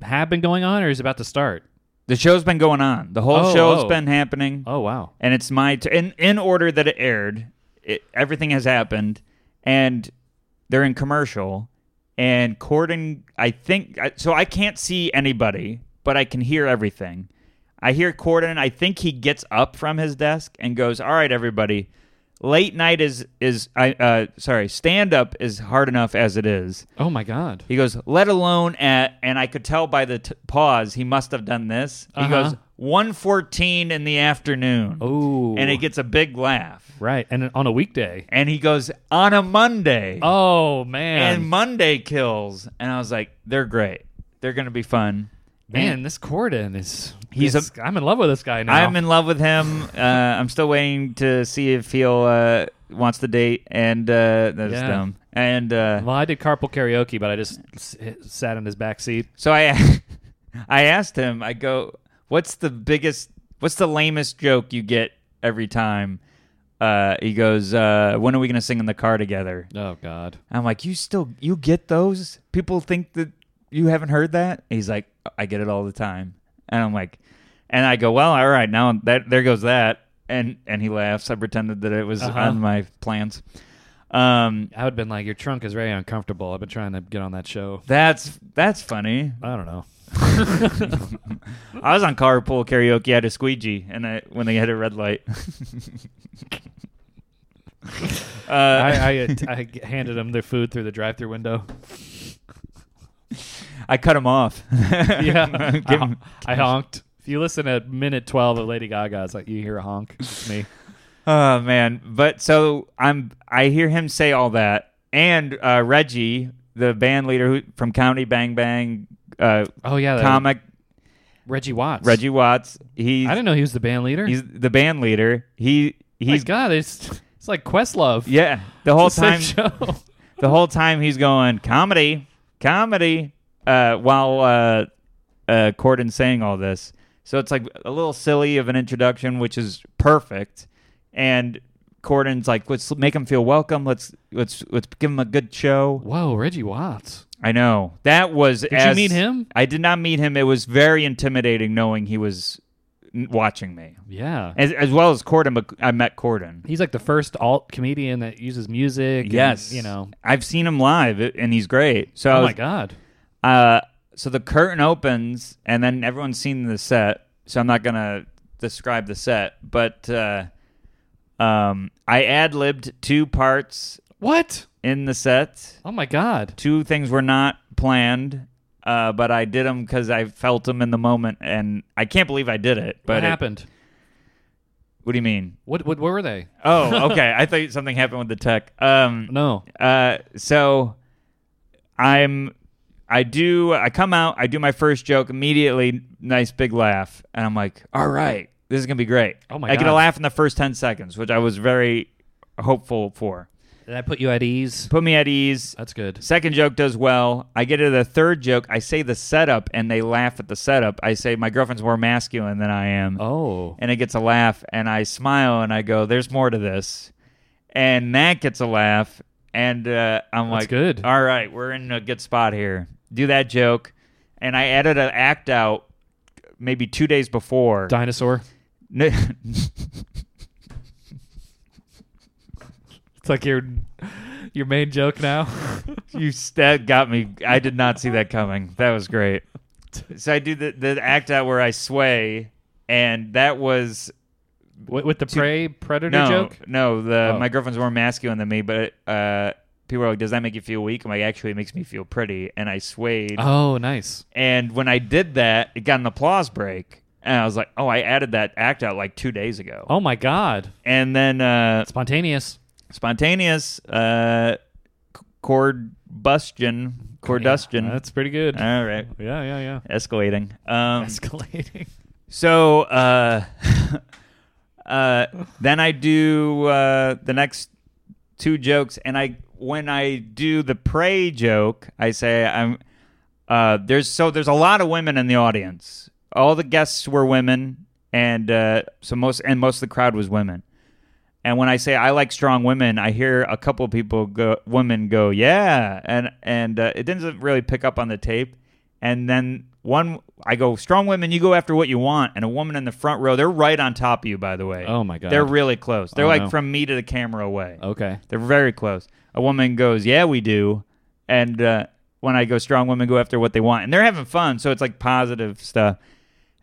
Speaker 1: have been going on or is it about to start?
Speaker 2: The show's been going on. The whole
Speaker 1: Oh,
Speaker 2: show's
Speaker 1: oh.
Speaker 2: been happening.
Speaker 1: Oh wow.
Speaker 2: and it's my t- in in order that it aired. It, everything has happened, and they're in commercial. And Corden, I think, I- so I can't see anybody, but I can hear everything. I hear Corden. I think he gets up from his desk and goes, "All right, everybody, late night is is I uh sorry, stand up is hard enough as it is."
Speaker 1: Oh my god.
Speaker 2: He goes, let alone at, and I could tell by the t- pause, he must have done this. He
Speaker 1: Uh-huh.
Speaker 2: goes, 114 in the afternoon.
Speaker 1: Ooh.
Speaker 2: And it gets a big laugh.
Speaker 1: Right. And on a weekday.
Speaker 2: And he goes, on a Monday.
Speaker 1: Oh man.
Speaker 2: and Monday kills. And I was like, they're great. They're going to be fun.
Speaker 1: man, this Corden is
Speaker 2: He's a-
Speaker 1: this- I'm in love with this guy now.
Speaker 2: I'm in love with him. Uh, I'm still waiting to see if he'll uh, wants the date. And uh, that's
Speaker 1: Yeah.
Speaker 2: dumb. And uh,
Speaker 1: Well, I did carpool karaoke, but I just s- sat in his back seat.
Speaker 2: So I, I asked him. I go, "What's the biggest? What's the lamest joke you get every time?" Uh, he goes, uh, "When are we gonna sing in the car together?"
Speaker 1: Oh god.
Speaker 2: I'm like, "You still you get those? People think that you haven't heard that?" He's like, "I get it all the time," and I'm like, and I go, "Well, all right, now that there goes that." And and he laughs. I pretended that it was
Speaker 1: Uh-huh.
Speaker 2: on my plans. Um,
Speaker 1: I would have been like, your trunk is very uncomfortable. I've been trying to get on that show.
Speaker 2: that's that's funny.
Speaker 1: I don't know.
Speaker 2: I was on carpool karaoke at a squeegee, and I, when they had a red light, uh, I,
Speaker 1: I, I, I handed them their food through the drive-through window.
Speaker 2: cut him off.
Speaker 1: Yeah,
Speaker 2: Give
Speaker 1: I,
Speaker 2: him-
Speaker 1: I honked. If you listen at minute twelve of Lady Gaga, it's like you hear a honk. It's me.
Speaker 2: oh man! But so I'm. I hear him say all that, and uh, Reggie, the band leader who, from Comedy Bang Bang, uh,
Speaker 1: Oh yeah, that-
Speaker 2: comic
Speaker 1: Reggie Watts.
Speaker 2: Reggie Watts. He's
Speaker 1: I didn't know he was the band leader.
Speaker 2: he's the band leader. He
Speaker 1: My
Speaker 2: he's
Speaker 1: God, it's it's like Questlove.
Speaker 2: yeah. The whole
Speaker 1: It's the
Speaker 2: time
Speaker 1: same show.
Speaker 2: the whole time he's going comedy, comedy, uh, while uh, uh, Corden's saying all this. So it's like a little silly of an introduction, which is perfect. And Corden's like, let's make him feel welcome. Let's let's let's give him a good show.
Speaker 1: Whoa, Reggie Watts.
Speaker 2: I know that was. Did
Speaker 1: you meet him?
Speaker 2: I did not meet him. It was very intimidating knowing he was n- watching me,
Speaker 1: Yeah,
Speaker 2: as, as well as Corden. But I met Corden.
Speaker 1: he's like the first alt comedian that uses music. and, you know.
Speaker 2: I've seen him live, and he's great. So I
Speaker 1: Oh
Speaker 2: was,
Speaker 1: my God.
Speaker 2: Uh, so the curtain opens, and then everyone's seen the set. So I'm not gonna describe the set, but uh, um, I ad libbed two parts
Speaker 1: What?
Speaker 2: in the set.
Speaker 1: Oh my God.
Speaker 2: Two things were not planned, uh, but I did them because I felt them in the moment, and I can't believe I did it. But
Speaker 1: what
Speaker 2: it-
Speaker 1: happened?
Speaker 2: what do you mean?
Speaker 1: What? What? What were they?
Speaker 2: Oh, okay. I thought something happened with the tech. Um,
Speaker 1: No.
Speaker 2: Uh, so I'm I do I come out, I do my first joke immediately, nice big laugh, and I'm like, all right, this is gonna be great.
Speaker 1: Oh my
Speaker 2: I get a
Speaker 1: God.
Speaker 2: laugh in the first ten seconds, which I was very hopeful for.
Speaker 1: Did I put you at ease?
Speaker 2: Put me at ease.
Speaker 1: That's good.
Speaker 2: Second joke does well. I get to the third joke. I say the setup, and they laugh at the setup. I say my girlfriend's more masculine than I am
Speaker 1: Oh.
Speaker 2: and it gets a laugh and i smile and i go there's more to this and that gets a laugh and uh, i'm
Speaker 1: That's
Speaker 2: like
Speaker 1: good.
Speaker 2: all right we're in a good spot here do that joke and i added an act out maybe two days before
Speaker 1: Dinosaur.
Speaker 2: N-
Speaker 1: It's like your your main joke now.
Speaker 2: you that got me i did not see that coming that was great so i do the, the act out where i sway and that was
Speaker 1: with, with the prey predator
Speaker 2: no,
Speaker 1: joke.
Speaker 2: No, the
Speaker 1: Oh.
Speaker 2: my girlfriend's more masculine than me, but uh, people are like, "Does that make you feel weak?" I'm like, "Actually, it makes me feel pretty," and I swayed.
Speaker 1: Oh, nice.
Speaker 2: And when I did that, it got an applause break, And I was like, oh, I added that act out like two days ago.
Speaker 1: Oh my God.
Speaker 2: And then uh,
Speaker 1: Spontaneous.
Speaker 2: spontaneous uh, c- cordbustion, cordustion.
Speaker 1: That's pretty good.
Speaker 2: All right,
Speaker 1: yeah, yeah, yeah.
Speaker 2: escalating. Um,
Speaker 1: Escalating.
Speaker 2: so uh, uh, then I do uh, the next two jokes, and I when I do the prey joke, I say I'm uh, there's so there's a lot of women in the audience. All the guests were women, and uh, so most and most of the crowd was women. And when I say I like strong women, I hear a couple people go, women go, yeah, and and uh, it didn't really pick up on the tape. And then one, I go, strong women, you go after what you want. And a woman in the front row, they're right on top of you, by the way.
Speaker 1: Oh, my God.
Speaker 2: they're really close. They're
Speaker 1: Oh,
Speaker 2: like
Speaker 1: no.
Speaker 2: from me to the camera away.
Speaker 1: Okay.
Speaker 2: They're very close. A woman goes, "Yeah, we do," and uh, when I go, strong women go after what they want, and they're having fun, so it's like positive stuff.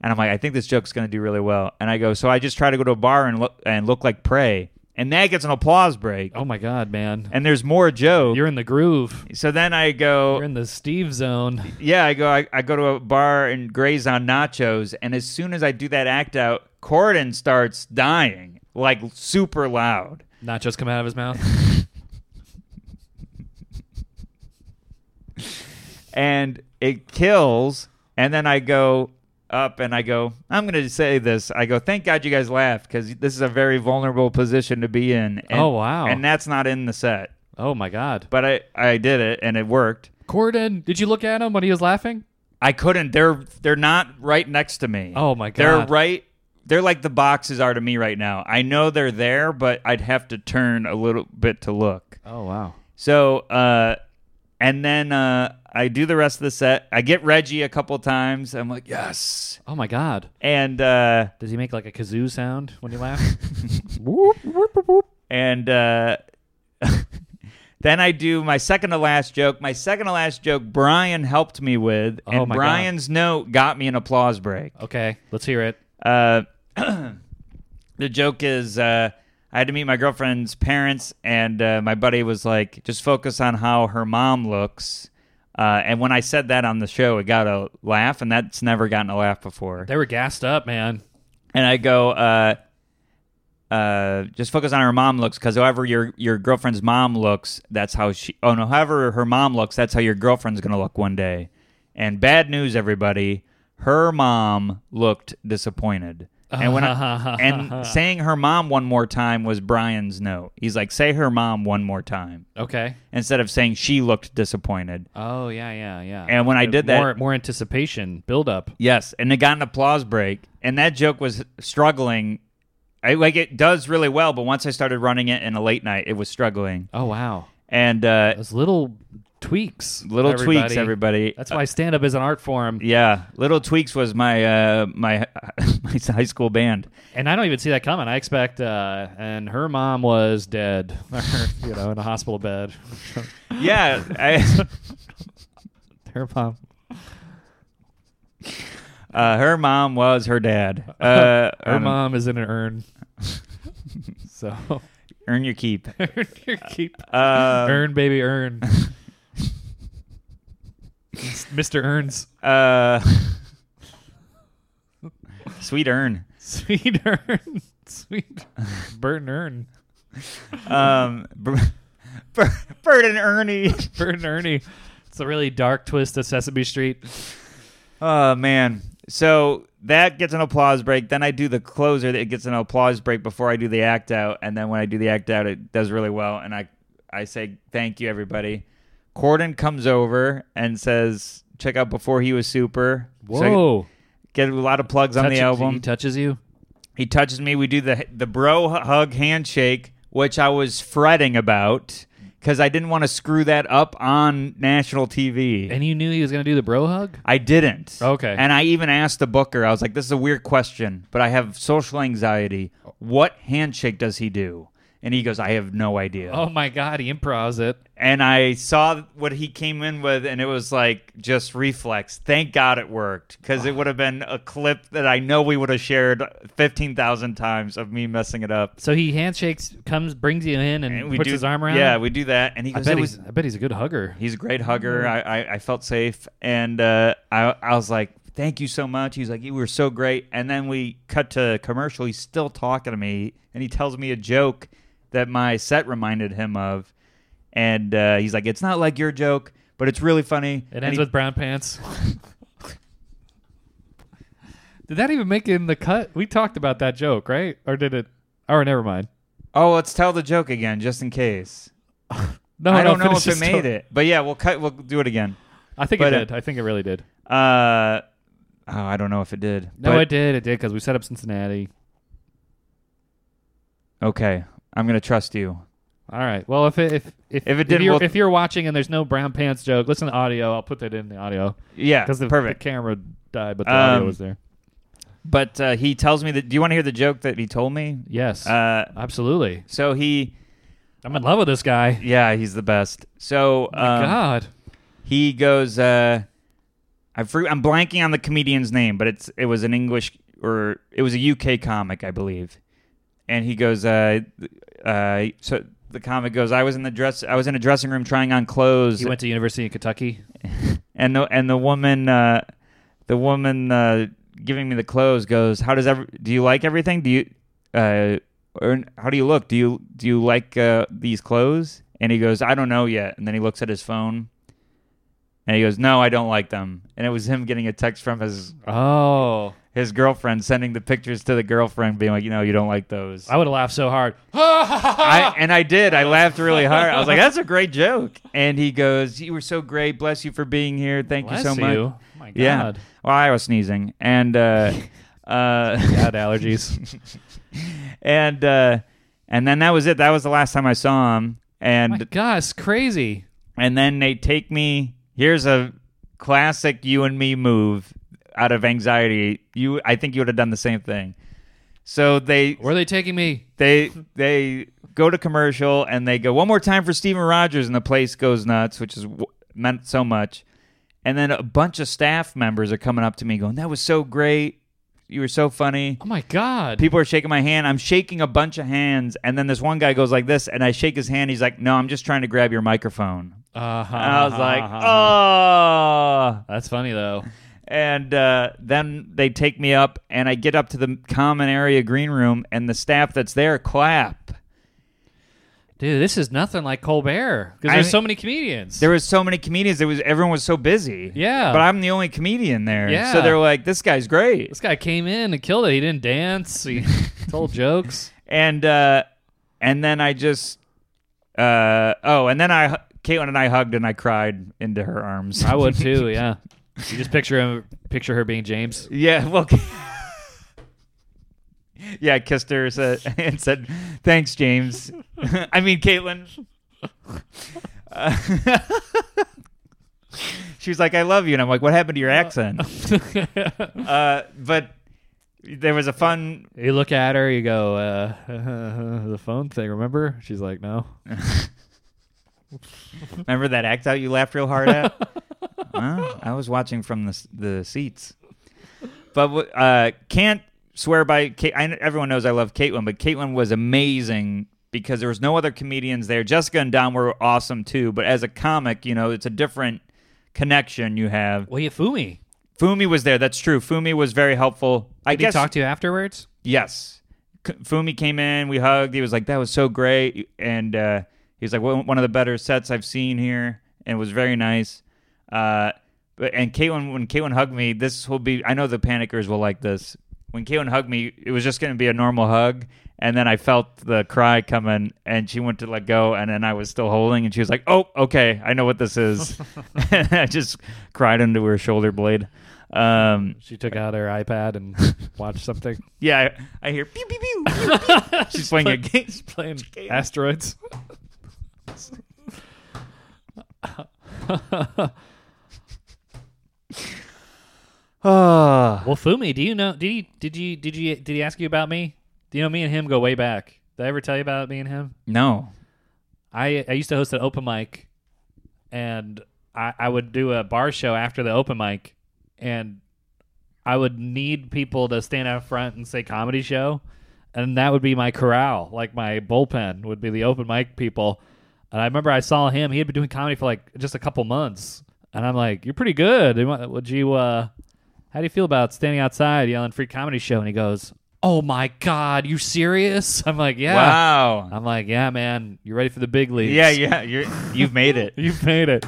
Speaker 2: And I'm like, I think this joke's going to do really well. And I go, so I just try to go to a bar and look and look like prey, and that gets an applause break.
Speaker 1: Oh my God, man.
Speaker 2: And there's more joke.
Speaker 1: You're in the groove.
Speaker 2: so then I go,
Speaker 1: You're in the Steve zone.
Speaker 2: yeah, I go, I, I go to a bar and graze on nachos, and as soon as I do that act out, Corden starts dying like super loud.
Speaker 1: Not just come out of his mouth.
Speaker 2: and it kills. And then I go up and I go, I'm going to say this. I go, thank God you guys laughed because this is a very vulnerable position to be in. And,
Speaker 1: Oh, wow.
Speaker 2: And that's not in the set.
Speaker 1: Oh my God.
Speaker 2: But I, I did it and it worked.
Speaker 1: Corden, did you look at him when he was laughing?
Speaker 2: I couldn't. They're they're not right next to me.
Speaker 1: Oh, my
Speaker 2: They're
Speaker 1: God.
Speaker 2: right. They're like the boxes are to me right now. I know they're there, but I'd have to turn a little bit to look.
Speaker 1: Oh wow.
Speaker 2: So, uh, and then uh, I do the rest of the set. I get Reggie a couple times. I'm like, yes.
Speaker 1: Oh my God.
Speaker 2: And uh,
Speaker 1: Does he make like a kazoo sound when he laughs?
Speaker 2: and uh, then I do my second to last joke. My second to last joke, Brian helped me with,
Speaker 1: Oh,
Speaker 2: and
Speaker 1: my God.
Speaker 2: Brian's note got me an applause break.
Speaker 1: okay, let's hear it.
Speaker 2: Uh, the joke is uh, I had to meet my girlfriend's parents, and uh, my buddy was like, just focus on how her mom looks. Uh, and when I said that on the show, it got a laugh, and that's never gotten a laugh before.
Speaker 1: They were gassed up, man.
Speaker 2: And I go, uh, uh, just focus on how her mom looks, because however your your girlfriend's mom looks, that's how she. Oh no, however her mom looks, that's how your girlfriend's gonna look one day. And bad news, everybody, her mom looked disappointed. And when I, and saying her mom one more time was Brian's note. He's like, say her mom one more time
Speaker 1: Okay.
Speaker 2: instead of saying she looked disappointed.
Speaker 1: Oh yeah, yeah, yeah.
Speaker 2: And when I did that-
Speaker 1: more, more anticipation, build up.
Speaker 2: Yes, and it got an applause break, and that joke was struggling. I like it does really well, but once I started running it in a late night, it was struggling.
Speaker 1: Oh wow,
Speaker 2: And uh,
Speaker 1: those little tweaks,
Speaker 2: little
Speaker 1: everybody.
Speaker 2: tweaks, everybody. Uh,
Speaker 1: That's why stand up is an art form,
Speaker 2: yeah, little tweaks was my uh, my my high school band.
Speaker 1: and I don't even see that coming. I expect, uh, and her mom was dead, you know, in a hospital bed.
Speaker 2: Yeah, I,
Speaker 1: her mom.
Speaker 2: uh, her mom was her dad. Uh,
Speaker 1: Her mom is in an urn. so
Speaker 2: earn your keep.
Speaker 1: earn your keep.
Speaker 2: Uh,
Speaker 1: Earn, baby, earn. Mr. Earns.
Speaker 2: Uh, sweet earn.
Speaker 1: Sweet Earn. Sweet Burton Earn.
Speaker 2: Um, Bert Bert and Ernie.
Speaker 1: Burton Ernie. It's a really dark twist of Sesame Street.
Speaker 2: Oh man. So that gets an applause break. Then I do the closer. It gets an applause break before I do the act out. And then when I do the act out, it does really well. And I, I say thank you everybody. Corden comes over and says, "Check out before he was super." So
Speaker 1: Whoa.
Speaker 2: get a lot of plugs on the
Speaker 1: Touches-
Speaker 2: album.
Speaker 1: He touches you.
Speaker 2: He touches me. We do the the bro hug handshake, which I was fretting about because I didn't want to screw that up on national TV.
Speaker 1: And you knew he was going to do the bro hug?
Speaker 2: I didn't.
Speaker 1: Okay.
Speaker 2: And I even asked the booker, I was like, this is a weird question, but I have social anxiety. What handshake does he do? And he goes, I have no idea.
Speaker 1: Oh my God, he improvs it.
Speaker 2: And I saw what he came in with, and it was like just reflex. Thank God it worked because it would have been a clip that I know we would have shared 15,000 times of me messing it up.
Speaker 1: So he handshakes, comes, brings you in, and,
Speaker 2: And we
Speaker 1: puts
Speaker 2: do,
Speaker 1: his arm around.
Speaker 2: Yeah,
Speaker 1: you?
Speaker 2: we do that. And he
Speaker 1: I
Speaker 2: goes,
Speaker 1: bet,
Speaker 2: "It
Speaker 1: he's,
Speaker 2: was-
Speaker 1: I bet he's a good hugger.
Speaker 2: He's a great hugger. I, I, I felt safe, and uh, I, I was like, thank you so much. He's like, you were so great. And then we cut to commercial. He's still talking to me, and he tells me a joke that my set reminded him of. And uh, he's like, it's not like your joke, but it's really funny.
Speaker 1: It
Speaker 2: And
Speaker 1: ends
Speaker 2: he-
Speaker 1: with brown pants. did that even make it in the cut? We talked about that joke, right? Or did it? Oh, never mind.
Speaker 2: oh, let's tell the joke again, just in case.
Speaker 1: No,
Speaker 2: I
Speaker 1: Oh, no,
Speaker 2: don't know
Speaker 1: finish
Speaker 2: if it
Speaker 1: the
Speaker 2: made
Speaker 1: story.
Speaker 2: it, but yeah, we'll cut. We'll do it again.
Speaker 1: I think
Speaker 2: But,
Speaker 1: it
Speaker 2: uh,
Speaker 1: did. I think it really did.
Speaker 2: Uh, oh, I don't know if it did.
Speaker 1: No,
Speaker 2: but-
Speaker 1: it did. It did because we set up Cincinnati.
Speaker 2: Okay, I'm gonna trust you.
Speaker 1: All right. Well, if it, if if,
Speaker 2: If it didn't,
Speaker 1: you're,
Speaker 2: we'll-
Speaker 1: if you're watching and there's no brown pants joke, listen to the audio. I'll put that in the audio
Speaker 2: Yeah,
Speaker 1: because the, the
Speaker 2: Ah, perfect.
Speaker 1: camera died, but the
Speaker 2: Um,
Speaker 1: audio was there.
Speaker 2: But uh, he tells me that. Do you want to hear the joke that he told me?
Speaker 1: Yes,
Speaker 2: Uh,
Speaker 1: absolutely.
Speaker 2: so he,
Speaker 1: I'm in love with this guy.
Speaker 2: yeah, he's the best. So um,
Speaker 1: Oh God,
Speaker 2: he goes. Uh, I fr- I'm blanking on the comedian's name, but it's it was an English or it was a UK comic, I believe. And he goes. Uh, uh, so the comic goes. I was in the dress. I was in a dressing room trying on clothes.
Speaker 1: he went to university in Kentucky.
Speaker 2: and the and the woman uh, the woman uh, giving me the clothes goes, "How does every do you like everything? Do you uh, or how do you look? Do you do you like uh, these clothes?" And he goes, "I don't know yet." And then he looks at his phone, and he goes, "No, I don't like them." And it was him getting a text from his
Speaker 1: Oh,
Speaker 2: his girlfriend, sending the pictures to the girlfriend, being like, "You know, you don't like those."
Speaker 1: I would have laughed so hard.
Speaker 2: I, and I did. I laughed really hard. I was like, "That's a great joke." And he goes, "You were so great. Bless you for being here. Thank
Speaker 1: Bless
Speaker 2: you so much."
Speaker 1: Oh my God.
Speaker 2: Yeah. Well, I was sneezing, and uh, uh,
Speaker 1: God, allergies.
Speaker 2: and uh, and then that was it. That was the last time I saw him.
Speaker 1: my
Speaker 2: And
Speaker 1: God, it's crazy.
Speaker 2: and then they take me. Here's a classic you and me move out of anxiety. You, I think you would have done the same thing. So they
Speaker 1: Where are they taking me?
Speaker 2: they they go to commercial and they go one more time for Steven Rogers and the place goes nuts, which is w- meant so much. And then a bunch of staff members are coming up to me going, "That was so great. You were so funny."
Speaker 1: Oh my God.
Speaker 2: People are shaking my hand. I'm shaking a bunch of hands, and then this one guy goes like this, and I shake his hand. He's like, "No, I'm just trying to grab your microphone."
Speaker 1: Uh-huh.
Speaker 2: And I was like, "Oh."
Speaker 1: That's funny though.
Speaker 2: And uh, then they take me up, and I get up to the common area green room, and the staff that's there clap.
Speaker 1: Dude, this is nothing like Colbert because
Speaker 2: I
Speaker 1: there's
Speaker 2: mean-
Speaker 1: so many comedians.
Speaker 2: There was so many comedians. It was everyone was so busy.
Speaker 1: Yeah.
Speaker 2: But I'm the only comedian there.
Speaker 1: Yeah.
Speaker 2: So they're like, this guy's great.
Speaker 1: this guy came in and killed it. He didn't dance. He told jokes.
Speaker 2: And uh, and then I just uh, oh, and then I Caitlin and I hugged and I cried into her arms.
Speaker 1: I would too. Yeah. You just picture him, picture her being James.
Speaker 2: yeah. Well. yeah, I kissed her said, and said, "Thanks, James." I mean, Caitlin. Uh, she was like, "I love you," and I'm like, "What happened to your accent?" Uh, but there was a fun.
Speaker 1: You look at her, you go, uh, the phone thing. Remember? She's like, no.
Speaker 2: Remember that act out you laughed real hard at? Huh? I was watching from the s- the seats. But w- uh, can't swear by. Ka- I, everyone knows I love Caitlin, but Caitlin was amazing because there was no other comedians there. Jessica and Don were awesome too, but as a comic, you know, it's a different connection you have.
Speaker 1: Well, you fool me.
Speaker 2: Fumi was there. That's true. Fumi was very helpful. I
Speaker 1: Did
Speaker 2: guess
Speaker 1: he talk to you afterwards?
Speaker 2: Yes. K- Fumi came in, we hugged. He was like, "That was so great," and uh, he was like, "One one of the better sets I've seen here," and it was very nice. Uh, but and Caitlin, when Caitlin hugged me, this will be. I know the panickers will like this. When Caitlin hugged me, it was just going to be a normal hug, and then I felt the cry coming, and she went to let go, and then I was still holding, and she was like, "Oh, okay, I know what this is." I just cried into her shoulder blade. Um,
Speaker 1: She took out her iPad and watched something.
Speaker 2: yeah, I, I hear pew pew pew. pew, pew. She's playing a game.
Speaker 1: She's playing asteroids.
Speaker 2: Ah.
Speaker 1: Well, Fumi, do you know? Did he? Did you? Did you? Did he ask you about me? Do you know me and him go way back? Did I ever tell you about me and him?
Speaker 2: no.
Speaker 1: I I used to host an open mic, and I I would do a bar show after the open mic, and I would need people to stand out front and say comedy show, and that would be my corral, like my bullpen would be the open mic people. And I remember I saw him; he had been doing comedy for like just a couple months, and I'm like, "You're pretty good. Would you uh, How do you feel about standing outside yelling free comedy show? And he goes, Oh my God, you serious? I'm like, Yeah.
Speaker 2: Wow.
Speaker 1: I'm like, Yeah, man, you ready for the big leagues?
Speaker 2: Yeah, yeah. You're, you've made it.
Speaker 1: You made it.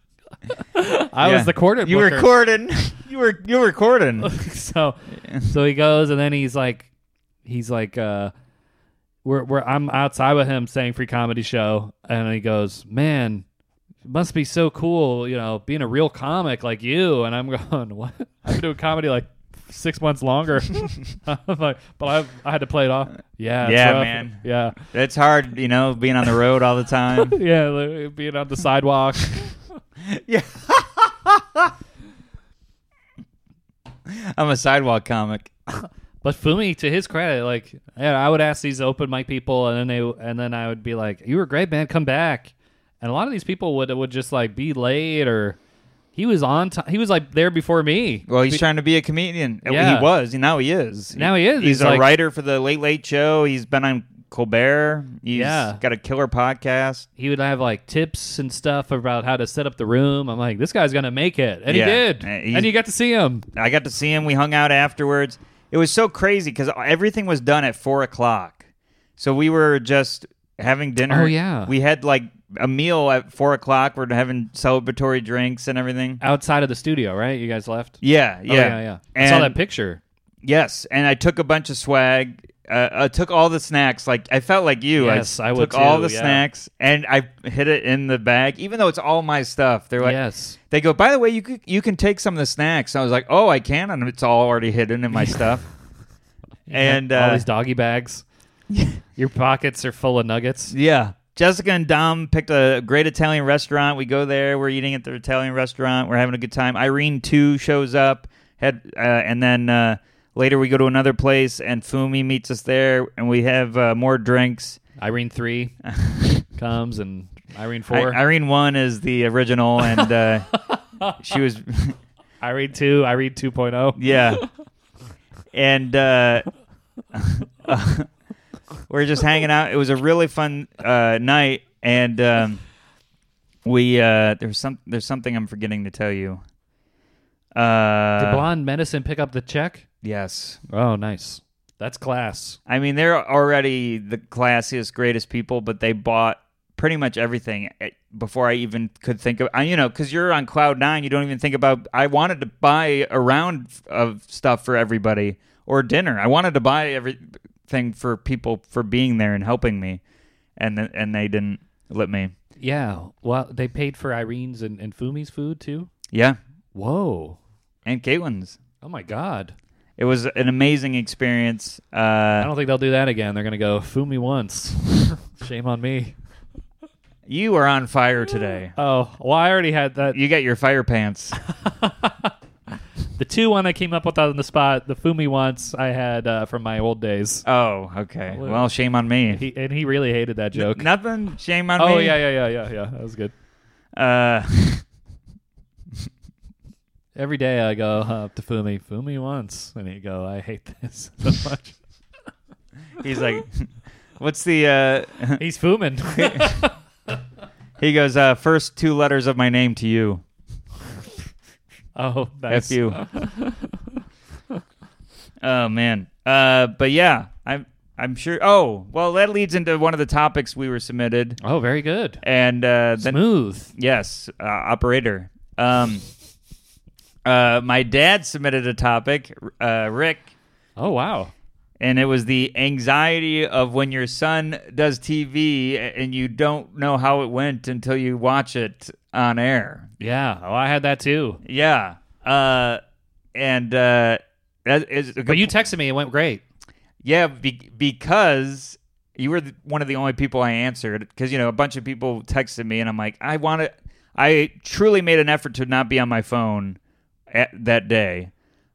Speaker 1: I
Speaker 2: Yeah.
Speaker 1: was the quarterback.
Speaker 2: You were recording. You were you were recording.
Speaker 1: so so he goes and then he's like he's like uh we're, we're I'm outside with him saying free comedy show and he goes, Man, it must be so cool, you know, being a real comic like you and I'm going, What I've been doing comedy like six months longer. I'm like, but I I had to play it off. Yeah, it's
Speaker 2: Yeah,
Speaker 1: rough.
Speaker 2: man.
Speaker 1: Yeah.
Speaker 2: That's hard, you know, being on the road all the time.
Speaker 1: Yeah, like, being on the sidewalk.
Speaker 2: yeah. I'm a sidewalk comic.
Speaker 1: But Fumi, to his credit, like yeah, I would ask these open mic people, and then they, and then I would be like, "You were great, man. Come back." And a lot of these people would would just like be late, or he was on time. He was like there before me.
Speaker 2: Well, he's trying to be a comedian. Uh,
Speaker 1: Yeah.
Speaker 2: He was. and Now he is.
Speaker 1: Now he is.
Speaker 2: He's,
Speaker 1: He's
Speaker 2: a
Speaker 1: like-
Speaker 2: writer for the Late Late Show. He's been on Colbert. He's
Speaker 1: Yeah.
Speaker 2: got a killer podcast.
Speaker 1: He would have like tips and stuff about how to set up the room. I'm like, this guy's gonna make it, and
Speaker 2: Yeah.
Speaker 1: he did,
Speaker 2: Uh, he's-
Speaker 1: and you got to see him.
Speaker 2: I got to see him. We hung out afterwards. It was so crazy because everything was done at four o'clock. So we were just having dinner.
Speaker 1: Oh, yeah.
Speaker 2: We had like a meal at four o'clock. We're having celebratory drinks and everything.
Speaker 1: Outside of the studio, right? You guys left.
Speaker 2: Yeah, yeah,
Speaker 1: Oh, yeah, yeah. I saw
Speaker 2: And-
Speaker 1: that picture.
Speaker 2: Yes, and I took a bunch of swag. Uh, I took all the snacks. Like I felt like you.
Speaker 1: Yes, I
Speaker 2: took
Speaker 1: would
Speaker 2: all
Speaker 1: too,
Speaker 2: the
Speaker 1: yeah.
Speaker 2: snacks, and I hid it in the bag. Even though it's all my stuff, they're like,
Speaker 1: yes.
Speaker 2: they go. By the way, you could, you can take some of the snacks. And I was like, oh, I can, and it's all already hidden in my stuff. and
Speaker 1: all
Speaker 2: uh,
Speaker 1: these doggy bags. Your pockets are full of nuggets.
Speaker 2: yeah, Jessica and Dom picked a great Italian restaurant. We go there. We're eating at the Italian restaurant. We're having a good time. Irene too shows up. Had uh, and then uh, later we go to another place, and Fumi meets us there, and we have uh, more drinks.
Speaker 1: Irene three comes and Irene
Speaker 2: I-
Speaker 1: four.
Speaker 2: Irene one is the original, and uh, she was
Speaker 1: I read two. oh. I read 2.0.
Speaker 2: Yeah. And uh, we're just hanging out. It was a really fun uh, night, and um, we uh, there's some there's something I'm forgetting to tell you.
Speaker 1: Did
Speaker 2: Uh,
Speaker 1: Blonde Medicine pick up the check?
Speaker 2: yes,
Speaker 1: Oh, nice. That's class.
Speaker 2: I mean they're already the classiest, greatest people, but they bought pretty much everything eh, before I even could think of. I, you know, because you're on cloud nine, you don't even think about. I wanted to buy a round f- of stuff for everybody or dinner. I wanted to buy everything for people for being there and helping me, and th- and they didn't let me.
Speaker 1: Yeah. Well, they paid for Irene's and, and Fumi's food too.
Speaker 2: Yeah,
Speaker 1: Whoa.
Speaker 2: and Caitlin's.
Speaker 1: Oh my God.
Speaker 2: It was an amazing experience.
Speaker 1: I
Speaker 2: Uh,
Speaker 1: don't think they'll do that again. They're gonna go Fumi once. Shame on me.
Speaker 2: you are on fire today.
Speaker 1: Oh well, I already had that.
Speaker 2: You got your fire pants.
Speaker 1: The two one I came up with on the spot. The Fumi once I had uh, from my old days.
Speaker 2: Oh, okay. Well, shame on me.
Speaker 1: He, and he really hated that joke.
Speaker 2: Nothing. Shame on me.
Speaker 1: oh yeah, yeah, yeah, yeah, yeah. That was good.
Speaker 2: yeah. Uh,
Speaker 1: Every day I go up to Fumi, Fumi once, and he go, I hate this so much.
Speaker 2: he's like, what's the? Uh,
Speaker 1: He's fuming.
Speaker 2: he goes, uh, first two letters of my name to you.
Speaker 1: oh, nice.
Speaker 2: F you. oh man. Uh, but yeah, I'm. I'm sure. Oh, well, that leads into one of the topics we were submitted,
Speaker 1: Oh, very good.
Speaker 2: and uh, then
Speaker 1: Smooth.
Speaker 2: Yes, uh, operator. Um, uh, my dad submitted a topic, uh, Rick,
Speaker 1: Oh, wow.
Speaker 2: and it was the anxiety of when your son does TV and you don't know how it went until you watch it on air.
Speaker 1: Yeah. Oh, I had that too.
Speaker 2: Yeah. Uh, and uh, that is
Speaker 1: But you texted me. It went great.
Speaker 2: yeah, be- because you were the, one of the only people I answered. Because you know, a bunch of people texted me, and I'm like, I want to. I truly made an effort to not be on my phone at, that day.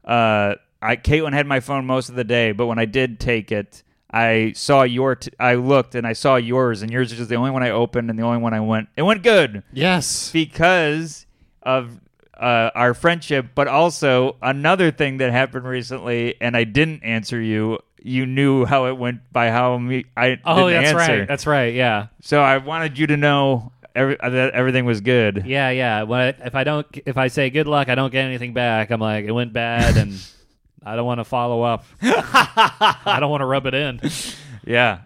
Speaker 2: Uh, I Caitlin had my phone most of the day, but when I did take it, I saw your. T- I looked and I saw yours, and yours is the only one I opened and the only one I went. It went good
Speaker 1: Yes.
Speaker 2: because of uh, our friendship, but also another thing that happened recently, and I didn't answer you. You knew how it went by how me I
Speaker 1: Oh,
Speaker 2: didn't
Speaker 1: that's
Speaker 2: answer.
Speaker 1: right. That's right. Yeah.
Speaker 2: so I wanted you to know every, uh, that- everything was good.
Speaker 1: Yeah, yeah. When I, if I don't, if I say good luck, I don't get anything back. I'm like, it went bad, and I don't want to follow up. I don't want to rub it in.
Speaker 2: Yeah.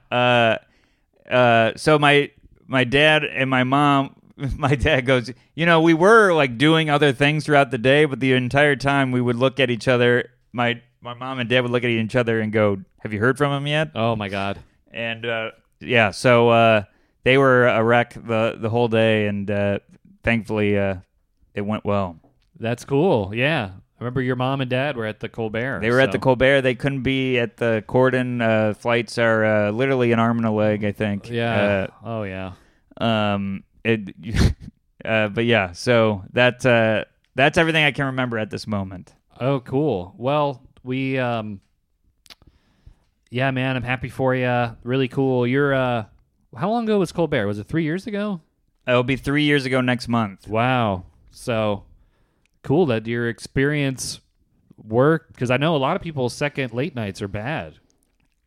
Speaker 2: Uh, uh, so my my dad and my mom. My dad goes, you know, we were like doing other things throughout the day, but the entire time we would look at each other. My my mom and dad would look at each other and go, "Have you heard from him yet?"
Speaker 1: Oh my god.
Speaker 2: And uh, yeah, so uh, they were a wreck the the whole day, and uh, thankfully uh, it went well.
Speaker 1: That's cool. Yeah. I remember your mom and dad were at the Colbert.
Speaker 2: They were at
Speaker 1: so-
Speaker 2: the Colbert. They couldn't be at the Corden. Uh, flights are uh, literally an arm and a leg, I think.
Speaker 1: Yeah. oh yeah.
Speaker 2: Uh, um. It. uh, but yeah. So that uh, that's everything I can remember at this moment.
Speaker 1: Oh cool. Well, we um Yeah, man, I'm happy for you. Really cool. You're uh how long ago was Colbert? Was it 3 years ago?
Speaker 2: It'll be three years ago next month.
Speaker 1: Wow. So cool that your experience worked cuz I know a lot of people's second late nights are bad.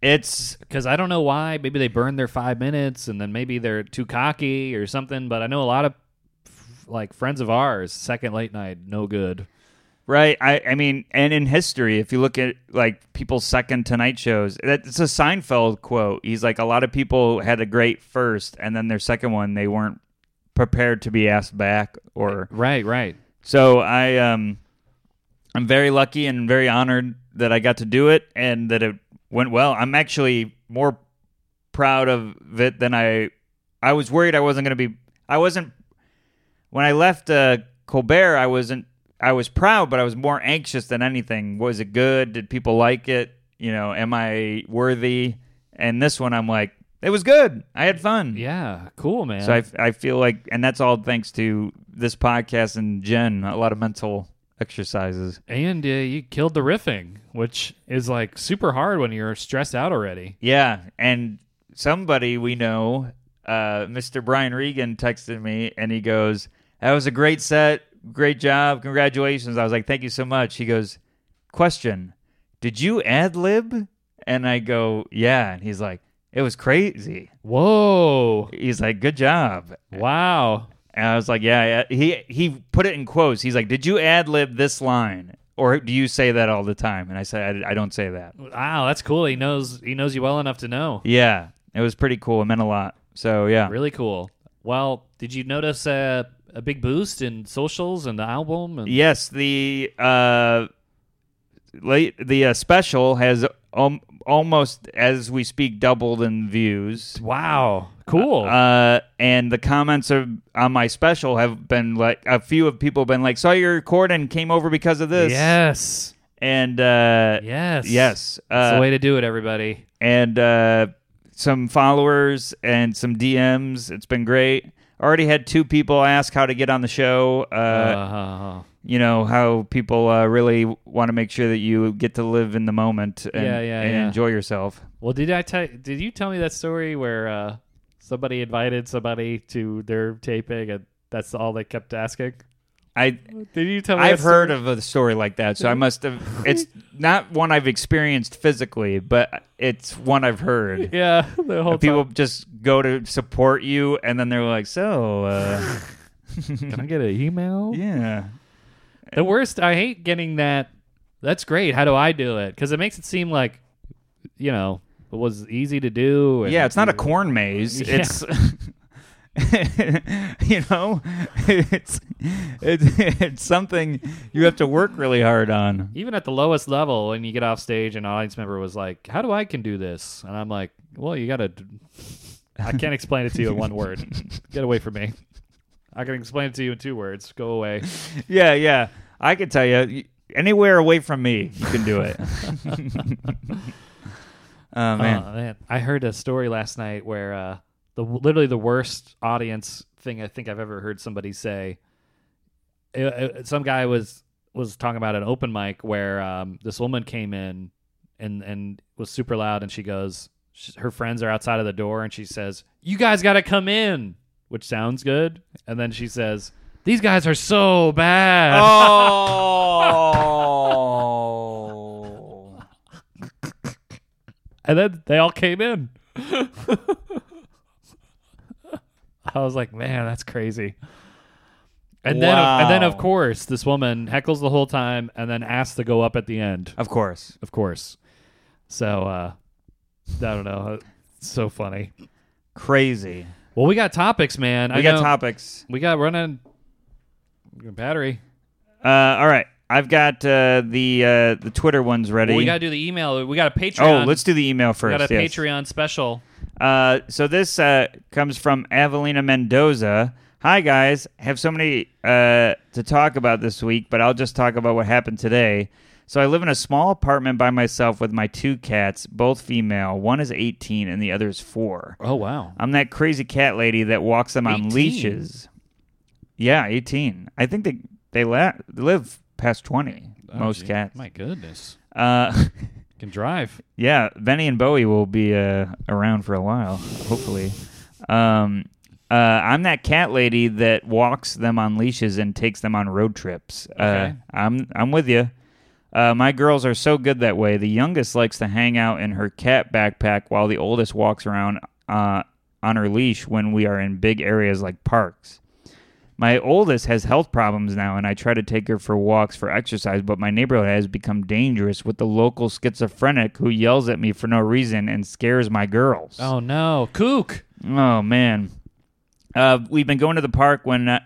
Speaker 2: It's
Speaker 1: because I don't know why. Maybe they burn their five minutes, and then maybe they're too cocky or something. But I know a lot of f- like friends of ours, second late night, no good.
Speaker 2: Right. I, I mean, and in history, if you look at like people's second Tonight shows, that's a Seinfeld quote. He's like, a lot of people had a great first, and then their second one, they weren't prepared to be asked back. Or
Speaker 1: Right, right.
Speaker 2: so I, um, I'm very lucky and very honored that I got to do it and that it went well. I'm actually more proud of it than I, I was worried I wasn't going to be, I wasn't when I left uh, Colbert, I wasn't. I was proud, but I was more anxious than anything. Was it good? Did people like it? You know, am I worthy? And this one, I'm like, it was good. I had fun.
Speaker 1: Yeah, cool, man.
Speaker 2: So I, I feel like, and that's all thanks to this podcast and Jen. A lot of mental exercises.
Speaker 1: and uh, you killed the riffing, which is like super hard when you're stressed out already.
Speaker 2: Yeah, and somebody we know, uh, Mr. Brian Regan, texted me and he goes, "That was a great set, great job, congratulations." I was like, "Thank you so much." He goes, "Question: Did you ad lib?" And I go, "Yeah." And he's like, "It was crazy."
Speaker 1: Whoa!
Speaker 2: He's like, "Good job."
Speaker 1: Wow.
Speaker 2: And I was like, "Yeah." yeah." He he put it in quotes. He's like, "Did you ad lib this line?" Or do you say that all the time? And I said, I, I don't say that.
Speaker 1: Wow, that's cool. He knows he knows you well enough to know.
Speaker 2: Yeah, it was pretty cool. It meant a lot. So, yeah.
Speaker 1: Really cool. Well, did you notice uh, a big boost in socials and the album? And-
Speaker 2: Yes, the uh, late the uh, special has um, almost as we speak doubled in views.
Speaker 1: Wow, cool.
Speaker 2: Uh, and the comments of, on my special have been like a few of people have been like, "Saw your recording, came over because of this."
Speaker 1: yes.
Speaker 2: and uh,
Speaker 1: Yes.
Speaker 2: yes,
Speaker 1: That's
Speaker 2: uh,
Speaker 1: the way to do it, everybody.
Speaker 2: and uh, some followers and some DMs. It's been great. Already had two people ask how to get on the show. uh,
Speaker 1: Uh,
Speaker 2: you know how people uh, really want to make sure that you get to live in the moment and,
Speaker 1: Yeah, yeah,
Speaker 2: and
Speaker 1: yeah.
Speaker 2: enjoy yourself.
Speaker 1: well, did I tell? Did you tell me that story where uh, somebody invited somebody to their taping and that's all they kept asking?
Speaker 2: I
Speaker 1: Did you tell me?
Speaker 2: I've
Speaker 1: that story?
Speaker 2: heard of a story like that, so I must have. It's not one I've experienced physically, but it's one I've heard.
Speaker 1: Yeah, the whole
Speaker 2: People
Speaker 1: time.
Speaker 2: just go to support you, and then they're like, "So, uh,
Speaker 1: Can I get an email?
Speaker 2: yeah,
Speaker 1: The worst. I hate getting that. That's great. How do I do it? Because it makes it seem like, you know, it was easy to do. and-
Speaker 2: yeah." It's not a corn maze.
Speaker 1: Yeah.
Speaker 2: It's you know, it's, it's it's something you have to work really hard on.
Speaker 1: even at the lowest level when you get off stage an audience member was like how do i can do this and i'm like well you gotta i can't explain it to you in one word get away from me i can explain it to you in two words go away
Speaker 2: Yeah, yeah. I can tell you y- anywhere away from me, you can do it. oh man.
Speaker 1: Uh, i heard a story last night where uh, the literally the worst audience thing i think i've ever heard somebody say It- it- some guy was was talking about an open mic where um, this woman came in and and was super loud and she goes sh her friends are outside of the door and she says you guys got to come in which sounds good and then she says these guys are so bad
Speaker 2: oh.
Speaker 1: and then they all came in I was like, man, that's crazy. And then, and then of
Speaker 2: Wow.
Speaker 1: course, this woman heckles the whole time and then asks to go up at the end,
Speaker 2: Of course.
Speaker 1: of course. So uh, I don't know. Uh, It's so funny.
Speaker 2: Crazy.
Speaker 1: Well, we got topics, man.
Speaker 2: We
Speaker 1: I
Speaker 2: got
Speaker 1: know-
Speaker 2: topics.
Speaker 1: We got running battery.
Speaker 2: Uh, all right. I've got uh, the uh, the Twitter ones ready.
Speaker 1: Well, we got to do the email. We got a Patreon.
Speaker 2: oh, let's do the email
Speaker 1: We
Speaker 2: first.
Speaker 1: got a
Speaker 2: yes.
Speaker 1: Patreon special.
Speaker 2: Uh, so this uh, comes from Evelina Mendoza. Hi guys, have so many uh, to talk about this week, but I'll just talk about what happened today. So I live in a small apartment by myself with my two cats, both female. One is 18 and the other is 4.
Speaker 1: Oh wow.
Speaker 2: I'm that crazy cat lady that walks them on
Speaker 1: 18?
Speaker 2: leashes. Yeah, 18. I think they they la- live past 20 most Oh, cats.
Speaker 1: Oh, My goodness.
Speaker 2: Uh
Speaker 1: Can drive.
Speaker 2: Yeah, Benny and Bowie will be uh, around for a while, hopefully. Um, uh, I'm that cat lady that walks them on leashes and takes them on road trips.
Speaker 1: Okay.
Speaker 2: Uh, I'm I'm with you. Uh, my girls are so good that way. The youngest likes to hang out in her cat backpack while the oldest walks around uh, on her leash when we are in big areas like parks. My oldest has health problems now, and I try to take her for walks for exercise, but my neighborhood has become dangerous with the local schizophrenic who yells at me for no reason and scares my girls.
Speaker 1: Oh no, kook.
Speaker 2: Oh man, uh, we've been going to the park when uh,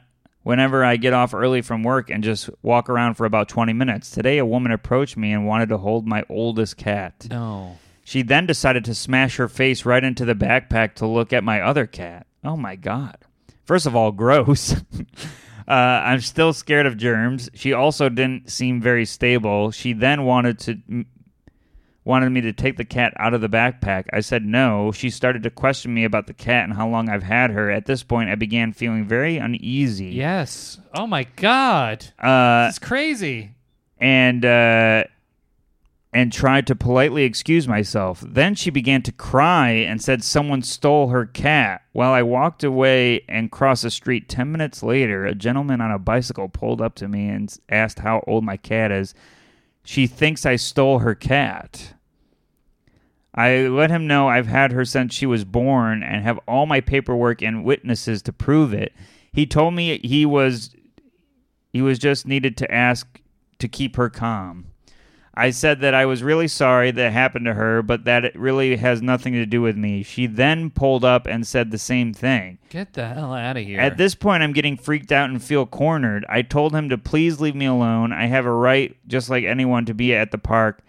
Speaker 2: whenever I get off early from work and just walk around for about twenty minutes. Today, a woman approached me and wanted to hold my oldest cat.
Speaker 1: No.
Speaker 2: She then decided to smash her face right into the backpack to look at my other cat. Oh my god. First of all, gross. uh, I'm still scared of germs. She also didn't seem very stable. She then wanted to wanted me to take the cat out of the backpack. I said no. She started to question me about the cat and how long I've had her. At this point, I began feeling very uneasy.
Speaker 1: Yes. Oh my god.
Speaker 2: Uh,
Speaker 1: That's crazy.
Speaker 2: and uh, and tried to politely excuse myself. Then she began to cry and said someone stole her cat. While I walked away and crossed the street, ten minutes later, a gentleman on a bicycle pulled up to me and s- asked how old my cat is. She thinks I stole her cat. I let him know I've had her since she was born and have all my paperwork and witnesses to prove it. He told me he was he was just needed to ask to keep her calm. I said that I was really sorry that happened to her, but that it really has nothing to do with me. She then pulled up and said the same thing.
Speaker 1: Get the hell out of here.
Speaker 2: At this point, I'm getting freaked out and feel cornered. I told him to please leave me alone. I have a right, just like anyone, to be at the park.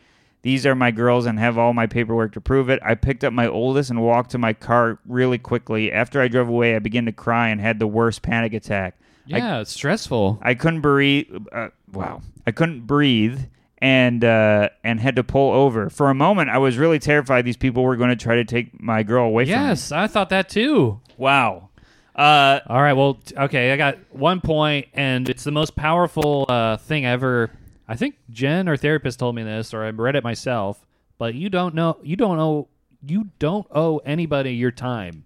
Speaker 2: These are my girls and have all my paperwork to prove it. I picked up my oldest and walked to my car really quickly. After I drove away, I began to cry and had the worst panic attack. I
Speaker 1: yeah, it's stressful.
Speaker 2: I couldn't breathe. Uh, wow, I couldn't breathe, and uh, and had to pull over. For a moment, I was really terrified these people were going to try to take my girl away
Speaker 1: Yes, I thought that too.
Speaker 2: from me. Wow. Uh,
Speaker 1: All right. Well, t- okay. I got one point, and it's the most powerful uh, thing I ever. I think Jen or therapist told me this, or I read it myself. But you don't know. You don't owe. You don't owe anybody your time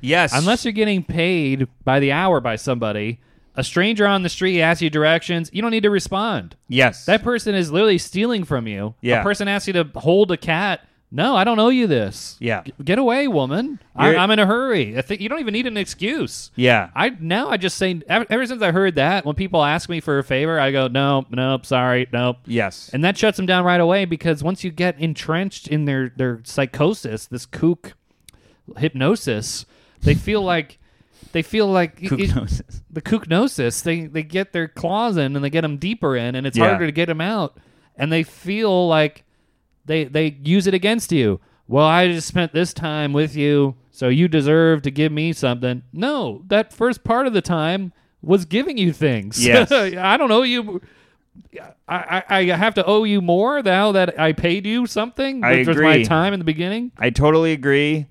Speaker 2: yes.
Speaker 1: unless you're getting paid by the hour by somebody. A stranger on the street asks you directions. You don't need to respond.
Speaker 2: yes.
Speaker 1: That person is literally stealing from you.
Speaker 2: Yeah.
Speaker 1: A person asks you to hold a cat. No, I don't owe you this.
Speaker 2: Yeah.
Speaker 1: G- get away, woman. I,
Speaker 2: You're-
Speaker 1: I'm in a hurry. I think you don't even need an excuse.
Speaker 2: yeah.
Speaker 1: I now I just say ever, ever since I heard that when people ask me for a favor, I go no, nope, sorry, nope,
Speaker 2: yes.
Speaker 1: and that shuts them down right away because once you get entrenched in their their psychosis, this kook hypnosis, they feel like they feel like it- it-
Speaker 2: Kooknosis.
Speaker 1: the kooknosis. They they get their claws in and they get them deeper in, and it's
Speaker 2: Yeah.
Speaker 1: harder to get them out, and they feel like they they use it against you. Well, I just spent this time with you, so you deserve to give me something. No, that first part of the time was giving you things.
Speaker 2: Yes.
Speaker 1: I don't owe you. I, I I have to owe you more now that I paid you something.
Speaker 2: I
Speaker 1: which was my
Speaker 2: agree.
Speaker 1: time in the beginning.
Speaker 2: I totally agree.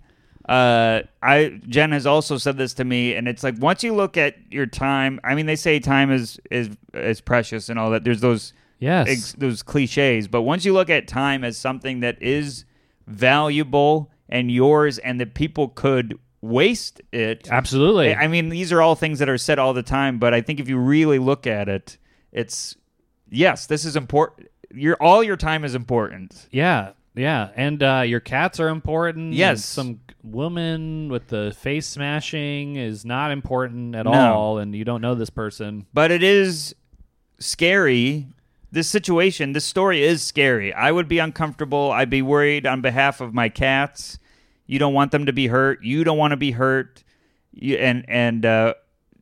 Speaker 2: Uh, I Jen has also said this to me, and it's like once you look at your time. I mean, they say time is is is precious and all that. There's those
Speaker 1: Yes.
Speaker 2: ex- those cliches. But once you look at time as something that is valuable and yours, and that people could waste it.
Speaker 1: Absolutely.
Speaker 2: I I mean, these are all things that are said all the time. But I think if you really look at it, it's yes, this is important. Your all your time is important.
Speaker 1: Yeah. Yeah, and uh, your cats are important. and
Speaker 2: Yes.
Speaker 1: some woman with the face smashing is not important at
Speaker 2: No.
Speaker 1: all, and you don't know this person.
Speaker 2: but it is scary. This situation, this story is scary. I would be uncomfortable. I'd be worried on behalf of my cats. You don't want them to be hurt. You don't want to be hurt. You, and and uh,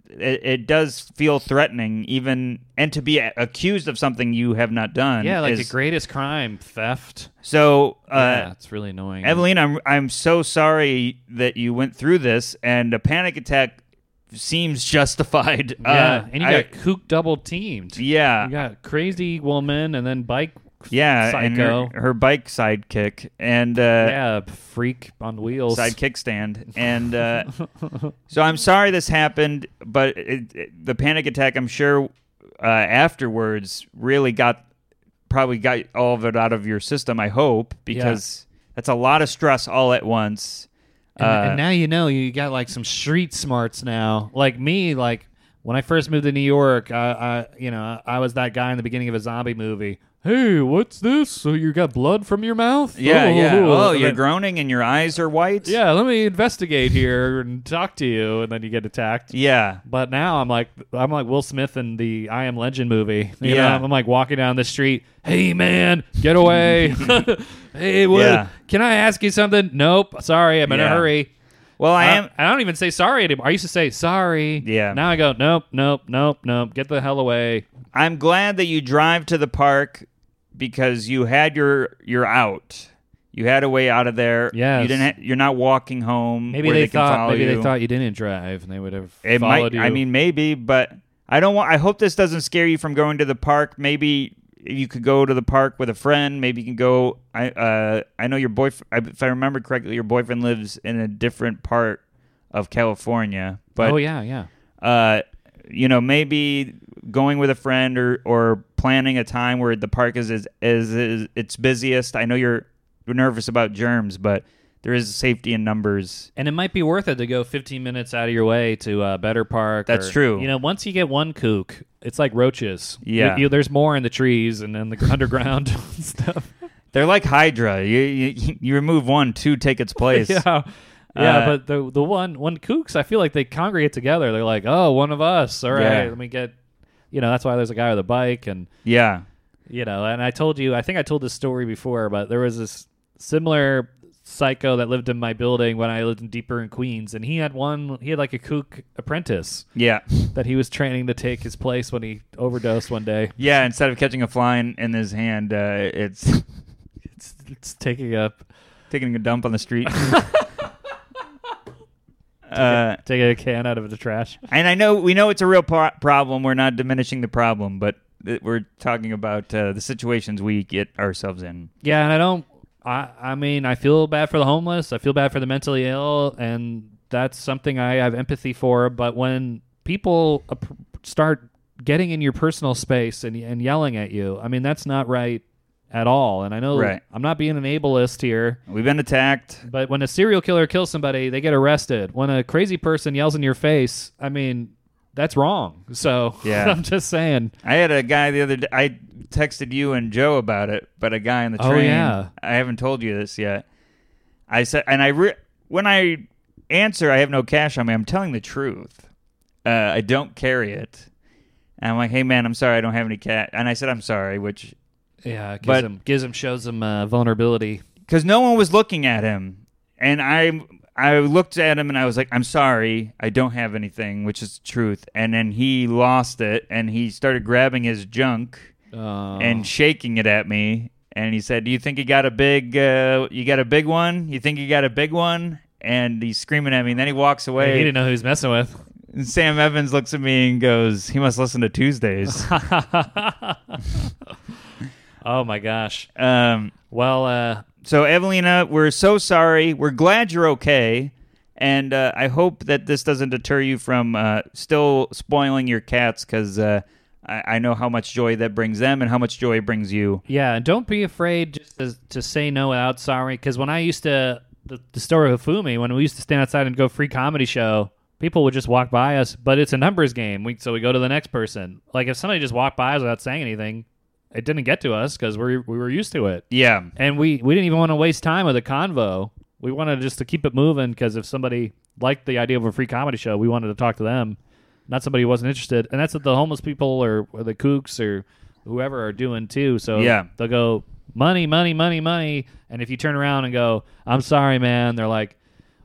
Speaker 2: it, it does feel threatening, even and to be a- accused of something you have not done.
Speaker 1: Yeah, like
Speaker 2: is-
Speaker 1: the greatest crime, theft.
Speaker 2: So uh,
Speaker 1: yeah, it's really annoying.
Speaker 2: Evelyn, I'm I'm so sorry that you went through this, and a panic attack seems justified.
Speaker 1: yeah,
Speaker 2: uh,
Speaker 1: and you
Speaker 2: I-
Speaker 1: got kook double teamed.
Speaker 2: yeah,
Speaker 1: you got crazy woman, and then bike.
Speaker 2: yeah, and uh,
Speaker 1: psycho.
Speaker 2: her, her bike sidekick and uh,
Speaker 1: yeah, freak on wheels.
Speaker 2: sidekick stand, and uh, so I'm sorry this happened, but it, it- the panic attack, I'm sure, uh, afterwards really got probably got all of it out of your system. I hope because that's a lot of stress all at once.
Speaker 1: And,
Speaker 2: Uh,
Speaker 1: and now you know you got like some street smarts now. Like me, like when I first moved to New York, I, I you know, I was that guy in the beginning of a zombie movie. Hey, what's this? So you got blood from your mouth?
Speaker 2: Yeah,
Speaker 1: Oh,
Speaker 2: yeah.
Speaker 1: oh, oh."
Speaker 2: Oh,
Speaker 1: And
Speaker 2: you're
Speaker 1: then,
Speaker 2: groaning and your eyes are white.
Speaker 1: Yeah, let me investigate here and talk to you, and then you get attacked.
Speaker 2: Yeah.
Speaker 1: But now I'm like I'm like Will Smith in the I Am Legend movie. You
Speaker 2: Yeah.
Speaker 1: know, I'm like walking down the street. Hey man, get away! hey, what?
Speaker 2: Yeah.
Speaker 1: Can I ask you something? Nope. Sorry, I'm in a
Speaker 2: Yeah.
Speaker 1: hurry.
Speaker 2: Well, I
Speaker 1: I
Speaker 2: am.
Speaker 1: don't, I don't even say sorry anymore. I used to say sorry.
Speaker 2: Yeah.
Speaker 1: Now I go nope, nope, nope, nope. Get the hell away.
Speaker 2: I'm glad that you drive to the park because you had your you're out. You had a way out of there.
Speaker 1: Yes.
Speaker 2: You didn't. Ha- you're not walking home.
Speaker 1: Maybe
Speaker 2: where
Speaker 1: they,
Speaker 2: they, can
Speaker 1: thought
Speaker 2: follow
Speaker 1: maybe
Speaker 2: you.
Speaker 1: they thought you didn't drive and they would have
Speaker 2: it
Speaker 1: followed
Speaker 2: might.
Speaker 1: you.
Speaker 2: I mean, maybe, but I don't want. I hope this doesn't scare you from going to the park. Maybe you could go to the park with a friend. Maybe you can go. I uh, I know your boyfriend. If I remember correctly, your boyfriend lives in a different part of California. But
Speaker 1: oh yeah, yeah.
Speaker 2: uh, you know, maybe going with a friend or or planning a time where the park is is, is, is its busiest. I know you're nervous about germs, but there is safety in numbers.
Speaker 1: And it might be worth it to go 15 minutes out of your way to uh, Better Park.
Speaker 2: That's
Speaker 1: or-
Speaker 2: true.
Speaker 1: You know, once you get one kook, it's like roaches.
Speaker 2: Yeah.
Speaker 1: You- you- there's more in the trees and in the underground stuff.
Speaker 2: They're like Hydra. You you, you remove one, two take its place.
Speaker 1: Yeah. Yeah,
Speaker 2: Uh,
Speaker 1: but the the one when kooks, I feel like they congregate together. They're like, oh, one of us. All right,
Speaker 2: Yeah.
Speaker 1: let me get. You know, that's why there's a guy with a bike and
Speaker 2: Yeah.
Speaker 1: you know and i told you i think i told this story before but there was this similar psycho that lived in my building when i lived in deeper in queens and he had one he had like a kook apprentice
Speaker 2: Yeah.
Speaker 1: that he was training to take his place when he overdosed one day
Speaker 2: Yeah, instead of catching a fly in, in his hand, uh, it's
Speaker 1: it's, it's taking up
Speaker 2: taking a dump on the street. uh,
Speaker 1: taking a can out of the trash
Speaker 2: And I know we know it's a real pro- problem. We're not diminishing the problem, but th- we're talking about uh, the situations we get ourselves in.
Speaker 1: yeah and i don't i i mean i feel bad for the homeless i feel bad for the mentally ill and that's something i have empathy for but when people ap- start getting in your personal space and, and yelling at you i mean that's not right at all and i know
Speaker 2: Right.
Speaker 1: i'm not being an ableist here
Speaker 2: We've been attacked.
Speaker 1: but when a serial killer kills somebody they get arrested when a crazy person yells in your face i mean that's wrong so
Speaker 2: Yeah.
Speaker 1: i'm just saying
Speaker 2: I had a guy the other day. I texted you and Joe about it, but a guy on the
Speaker 1: Oh,
Speaker 2: train.
Speaker 1: yeah.
Speaker 2: I haven't told you this yet. I said, and I re- when I answer, I have no cash on me. I'm telling the truth. Uh, I don't carry it. And I'm like, hey man, I'm sorry, I don't have any cash. And I said, I'm sorry, which
Speaker 1: yeah it gives
Speaker 2: But-
Speaker 1: him gives him shows him uh, vulnerability
Speaker 2: because no one was looking at him, and I I looked at him and I was like, I'm sorry, I don't have anything, which is the truth. And then he lost it, and he started grabbing his junk
Speaker 1: uh,
Speaker 2: and shaking it at me, and he said, "Do you think you got a big uh, you got a big one? You think you got a big one?" And he's screaming at me, and then he walks
Speaker 1: He
Speaker 2: away.
Speaker 1: didn't know who he was messing with.
Speaker 2: and Sam Evans looks at me and goes, "He must listen to Tuesdays."
Speaker 1: oh my gosh.
Speaker 2: um,
Speaker 1: Well, uh,
Speaker 2: So, Evelina, we're so sorry. We're glad you're okay. And uh, I hope that this doesn't deter you from uh, still spoiling your cats because uh, I-, I know how much joy that brings them and how much joy it brings you.
Speaker 1: yeah, and don't be afraid just to, to say no without sorry. Because when I used to, the, the story of Hafumi, when we used to stand outside and go free comedy show, people would just walk by us, but it's a numbers game. We, so we go to the next person. Like if somebody just walked by us without saying anything, it didn't get to us because we we were used to it,
Speaker 2: Yeah.
Speaker 1: and we we didn't even want to waste time with a convo. We wanted just to keep it moving because if somebody liked the idea of a free comedy show, we wanted to talk to them, not somebody who wasn't interested. And that's what the homeless people or, or the kooks or whoever are doing too. So
Speaker 2: Yeah.
Speaker 1: they'll go money, money, money, money, and if you turn around and go, "I'm sorry, man," they're like,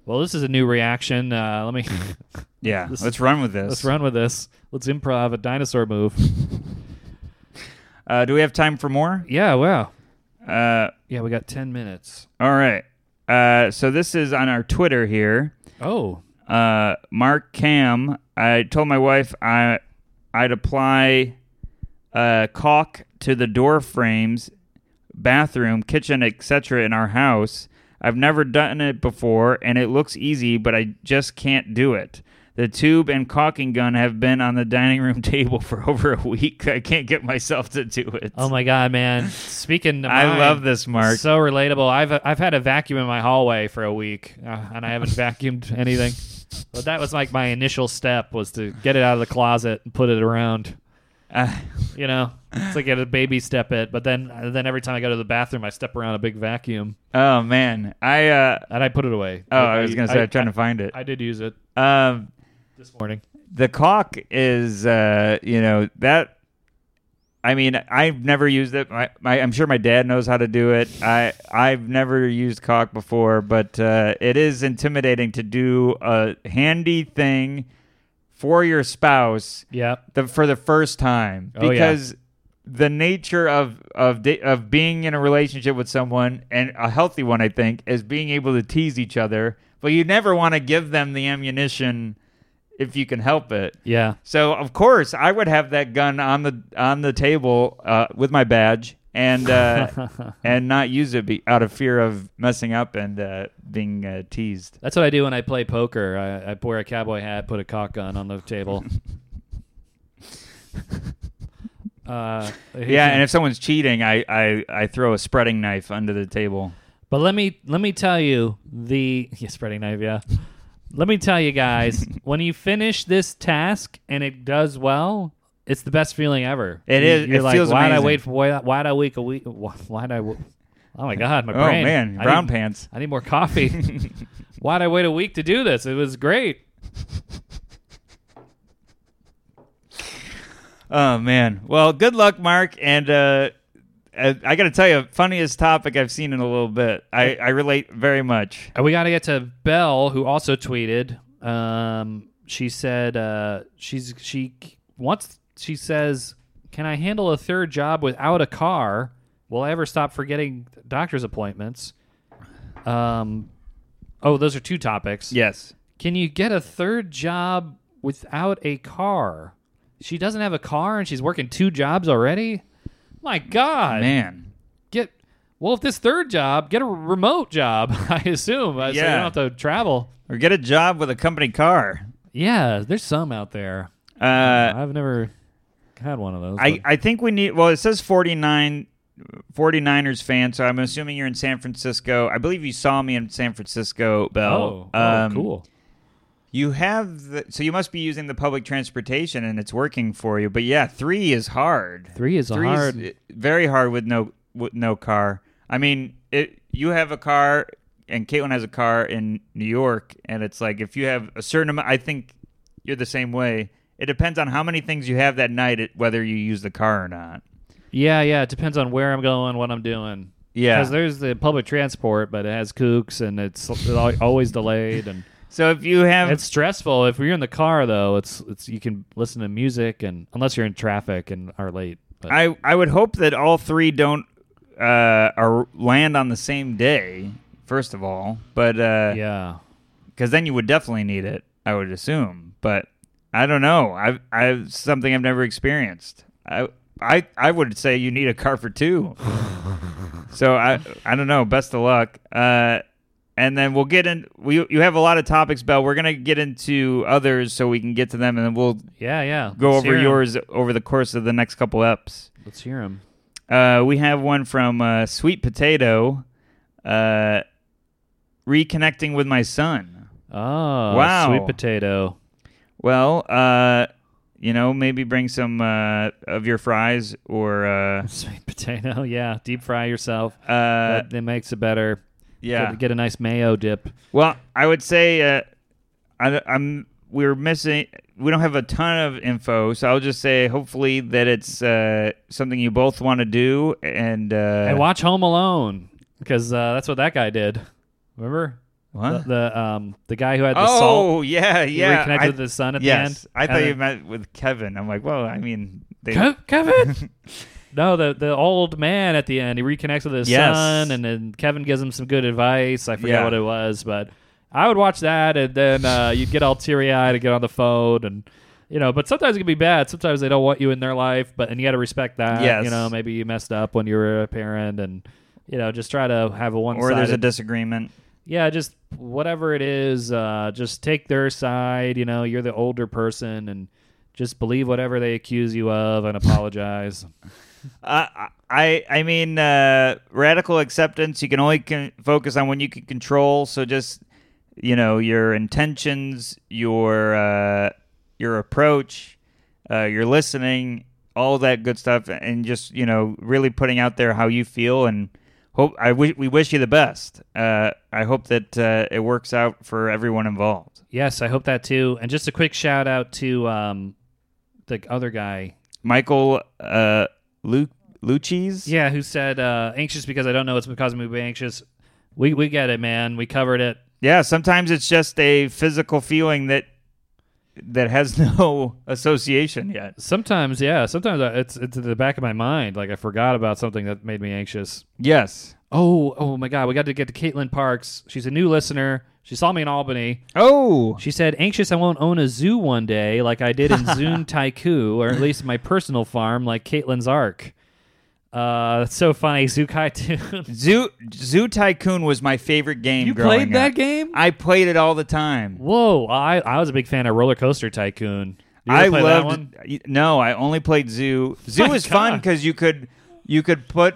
Speaker 1: "Well, this is a new reaction. Uh, let me."
Speaker 2: Yeah.
Speaker 1: Let's-
Speaker 2: Let's run with this.
Speaker 1: Let's run with this. Let's improv a dinosaur move.
Speaker 2: Uh, do we have time for more?
Speaker 1: yeah, wow.
Speaker 2: Uh,
Speaker 1: Yeah, we got 10 minutes.
Speaker 2: all right. Uh, so this is on our Twitter here.
Speaker 1: Oh,
Speaker 2: uh, Mark Cam. I told my wife I I'd apply uh, caulk to the door frames, bathroom, kitchen, etc. in our house. I've never done it before, and it looks easy, but I just can't do it. The tube and caulking gun have been on the dining room table for over a week. I can't get myself to do it.
Speaker 1: oh my God, man. Speaking of
Speaker 2: I
Speaker 1: mine,
Speaker 2: love this, Mark.
Speaker 1: So relatable. I've I've had a vacuum in my hallway for a week, uh, and I haven't vacuumed anything. But that was like my initial step was to get it out of the closet and put it around.
Speaker 2: Uh,
Speaker 1: You know, it's like a baby step it. But then uh, then every time I go to the bathroom, I step around a big vacuum
Speaker 2: oh man, I uh,
Speaker 1: and I put it away.
Speaker 2: oh I, was gonna say I, am trying to
Speaker 1: I,
Speaker 2: find it.
Speaker 1: I did use it
Speaker 2: um,
Speaker 1: this morning.
Speaker 2: the caulk is uh you know that i mean i've never used it my, my i'm sure my dad knows how to do it i i've never used caulk before but uh it is intimidating to do a handy thing for your spouse
Speaker 1: Yeah.
Speaker 2: the, for the first time
Speaker 1: Oh, yeah.
Speaker 2: because the nature of of da- of being in a relationship with someone and a healthy one, I think, is being able to tease each other, but you never want to give them the ammunition if you can help it.
Speaker 1: Yeah.
Speaker 2: So of course, I would have that gun on the on the table uh, with my badge and uh, and not use it be, out of fear of messing up and uh, being uh, teased.
Speaker 1: That's what I do when I play poker. I, I wear a cowboy hat, put a cock gun on the table. uh,
Speaker 2: Yeah, and if someone's cheating, I, I, I throw a spreading knife under the table.
Speaker 1: but let me let me tell you the yeah, spreading knife. Yeah, let me tell you guys when you finish this task and it does well, it's the best feeling ever.
Speaker 2: It
Speaker 1: It
Speaker 2: is-
Speaker 1: You're
Speaker 2: it
Speaker 1: like,
Speaker 2: feels
Speaker 1: why'd I
Speaker 2: amazing."
Speaker 1: wait for why, why'd I wait a week? Why, why'd I? w- Oh my god, my
Speaker 2: Oh,
Speaker 1: brain.
Speaker 2: man,
Speaker 1: I
Speaker 2: brown
Speaker 1: need-
Speaker 2: pants.
Speaker 1: I need more coffee. Why'd I wait a week to do this? It was great.
Speaker 2: Oh man. Well, good luck, Mark. And uh, I, I got to tell you, funniest topic I've seen in a little bit. I, I relate very much.
Speaker 1: And we got to get to Belle, who also tweeted. Um, she said uh, she's she wants. She says, "Can I handle a third job without a car? Will I ever stop forgetting doctor's appointments?" Um, oh, those are two topics.
Speaker 2: Yes.
Speaker 1: Can you get a third job without a car? She doesn't have a car, and she's working two jobs already. My God,
Speaker 2: Man.
Speaker 1: get well if this third job get a remote job i assume uh, so you
Speaker 2: Yeah.
Speaker 1: don't have to travel
Speaker 2: Or get a job with a company car.
Speaker 1: yeah there's some out there
Speaker 2: Uh,
Speaker 1: i've never had one of those
Speaker 2: I,
Speaker 1: but-
Speaker 2: I think we need well it says 49 49ers fan so i'm assuming you're in san francisco i believe you saw me in san francisco
Speaker 1: oh,
Speaker 2: bell
Speaker 1: oh,
Speaker 2: Um,
Speaker 1: cool
Speaker 2: you have the, so you must be using the public transportation and it's working for you but yeah three is hard
Speaker 1: three is a
Speaker 2: Three is,
Speaker 1: hard
Speaker 2: uh, very hard with no with no car i mean it you have a car and caitlin has a car in new york and it's like if you have a certain amount i think you're the same way it depends on how many things you have that night it- whether you use the car or not
Speaker 1: yeah yeah it depends on where i'm going what i'm doing
Speaker 2: Yeah.
Speaker 1: because there's the public transport but it has kooks and it's al- always delayed and
Speaker 2: So if you have
Speaker 1: it's stressful if you're in the car though it's it's you can listen to music and unless you're in traffic and are late but
Speaker 2: I I would hope that all three don't uh are land on the same day first of all, but uh
Speaker 1: yeah
Speaker 2: cuz then you would definitely need it, I would assume. But I don't know. I I something I've never experienced. I I I would say you need a car for two. so I I don't know, best of luck. Uh and then we'll get in. We you have a lot of topics, Bell. We're gonna get into others so we can get to them, and then we'll
Speaker 1: yeah yeah
Speaker 2: go
Speaker 1: Let's
Speaker 2: over
Speaker 1: hear 'em.
Speaker 2: yours over the course of the next couple eps.
Speaker 1: let's hear him
Speaker 2: Uh, we have one from uh, Sweet Potato, uh, reconnecting with my son.
Speaker 1: Oh,
Speaker 2: Wow.
Speaker 1: sweet potato.
Speaker 2: Well, uh, You know, maybe bring some uh, of your fries or uh,
Speaker 1: Sweet potato, yeah. Deep fry yourself.
Speaker 2: uh,
Speaker 1: that, that makes it better.
Speaker 2: yeah.
Speaker 1: Get, get a nice mayo dip.
Speaker 2: Well, I would say uh, I, am we're missing. We don't have a ton of info, so I'll just say hopefully that it's uh, something you both want to do and uh,
Speaker 1: and watch Home Alone because uh, that's what that guy did. Remember
Speaker 2: What?
Speaker 1: the, the um the guy who had the
Speaker 2: oh
Speaker 1: salt?
Speaker 2: yeah,
Speaker 1: He
Speaker 2: yeah.
Speaker 1: reconnected
Speaker 2: I-
Speaker 1: with his son at
Speaker 2: yes,
Speaker 1: the end.
Speaker 2: I thought
Speaker 1: And
Speaker 2: you meant with Kevin. I'm like, well, I mean, they,
Speaker 1: then- Ke- Kevin. no, the the old man at the end. He reconnects with his
Speaker 2: Yes.
Speaker 1: son, and then Kevin gives him some good advice. I forget
Speaker 2: Yeah.
Speaker 1: what it was, but I would watch that, and then uh, you'd get all teary eyed and get on the phone and. You know, but sometimes it can be bad. Sometimes they don't want you in their life, but and you got to respect that.
Speaker 2: Yes.
Speaker 1: You know, maybe you messed up when you were a parent, and you know, just try to have a one.
Speaker 2: or there's a disagreement.
Speaker 1: yeah, just whatever it is, uh, just take their side. You know, you're the older person, and just believe whatever they accuse you of, and apologize.
Speaker 2: Uh, I I mean uh, radical acceptance. You can only con- focus on what you can control. So just you know your intentions, your uh, your approach, uh, your listening, all that good stuff, and just you know really putting out there how you feel and hope. I wish we wish you the best. Uh, I hope that uh, it works out for everyone involved.
Speaker 1: yes, I hope that too. And just a quick shout out to um, the other guy,
Speaker 2: Michael uh, Lu- Lucchese.
Speaker 1: yeah, who said uh, anxious because I don't know what's causing me to be anxious. We we get it, man. We covered it.
Speaker 2: Yeah, sometimes it's just a physical feeling that that has no association yet.
Speaker 1: Sometimes, yeah, sometimes I, it's it's in the back of my mind. Like I forgot about something that made me anxious.
Speaker 2: Yes.
Speaker 1: Oh, oh my God! We got to get to Caitlin Parks. She's a new listener. She saw me in Albany.
Speaker 2: Oh.
Speaker 1: She said, anxious I won't own a zoo one day like I did in Zune Taiku, or at least my personal farm like Caitlin's Ark. Uh, that's so funny. Zoo Kaitoon.
Speaker 2: Zoo Zoo Tycoon was my favorite game.
Speaker 1: you
Speaker 2: growing
Speaker 1: played that
Speaker 2: up.
Speaker 1: game?
Speaker 2: I played it all the time.
Speaker 1: Whoa, I, I was a big fan of Roller Coaster Tycoon. You ever
Speaker 2: I
Speaker 1: play
Speaker 2: loved.
Speaker 1: that one?
Speaker 2: No, I only played Zoo. Zoo
Speaker 1: my
Speaker 2: was fun
Speaker 1: God.
Speaker 2: because you could you could put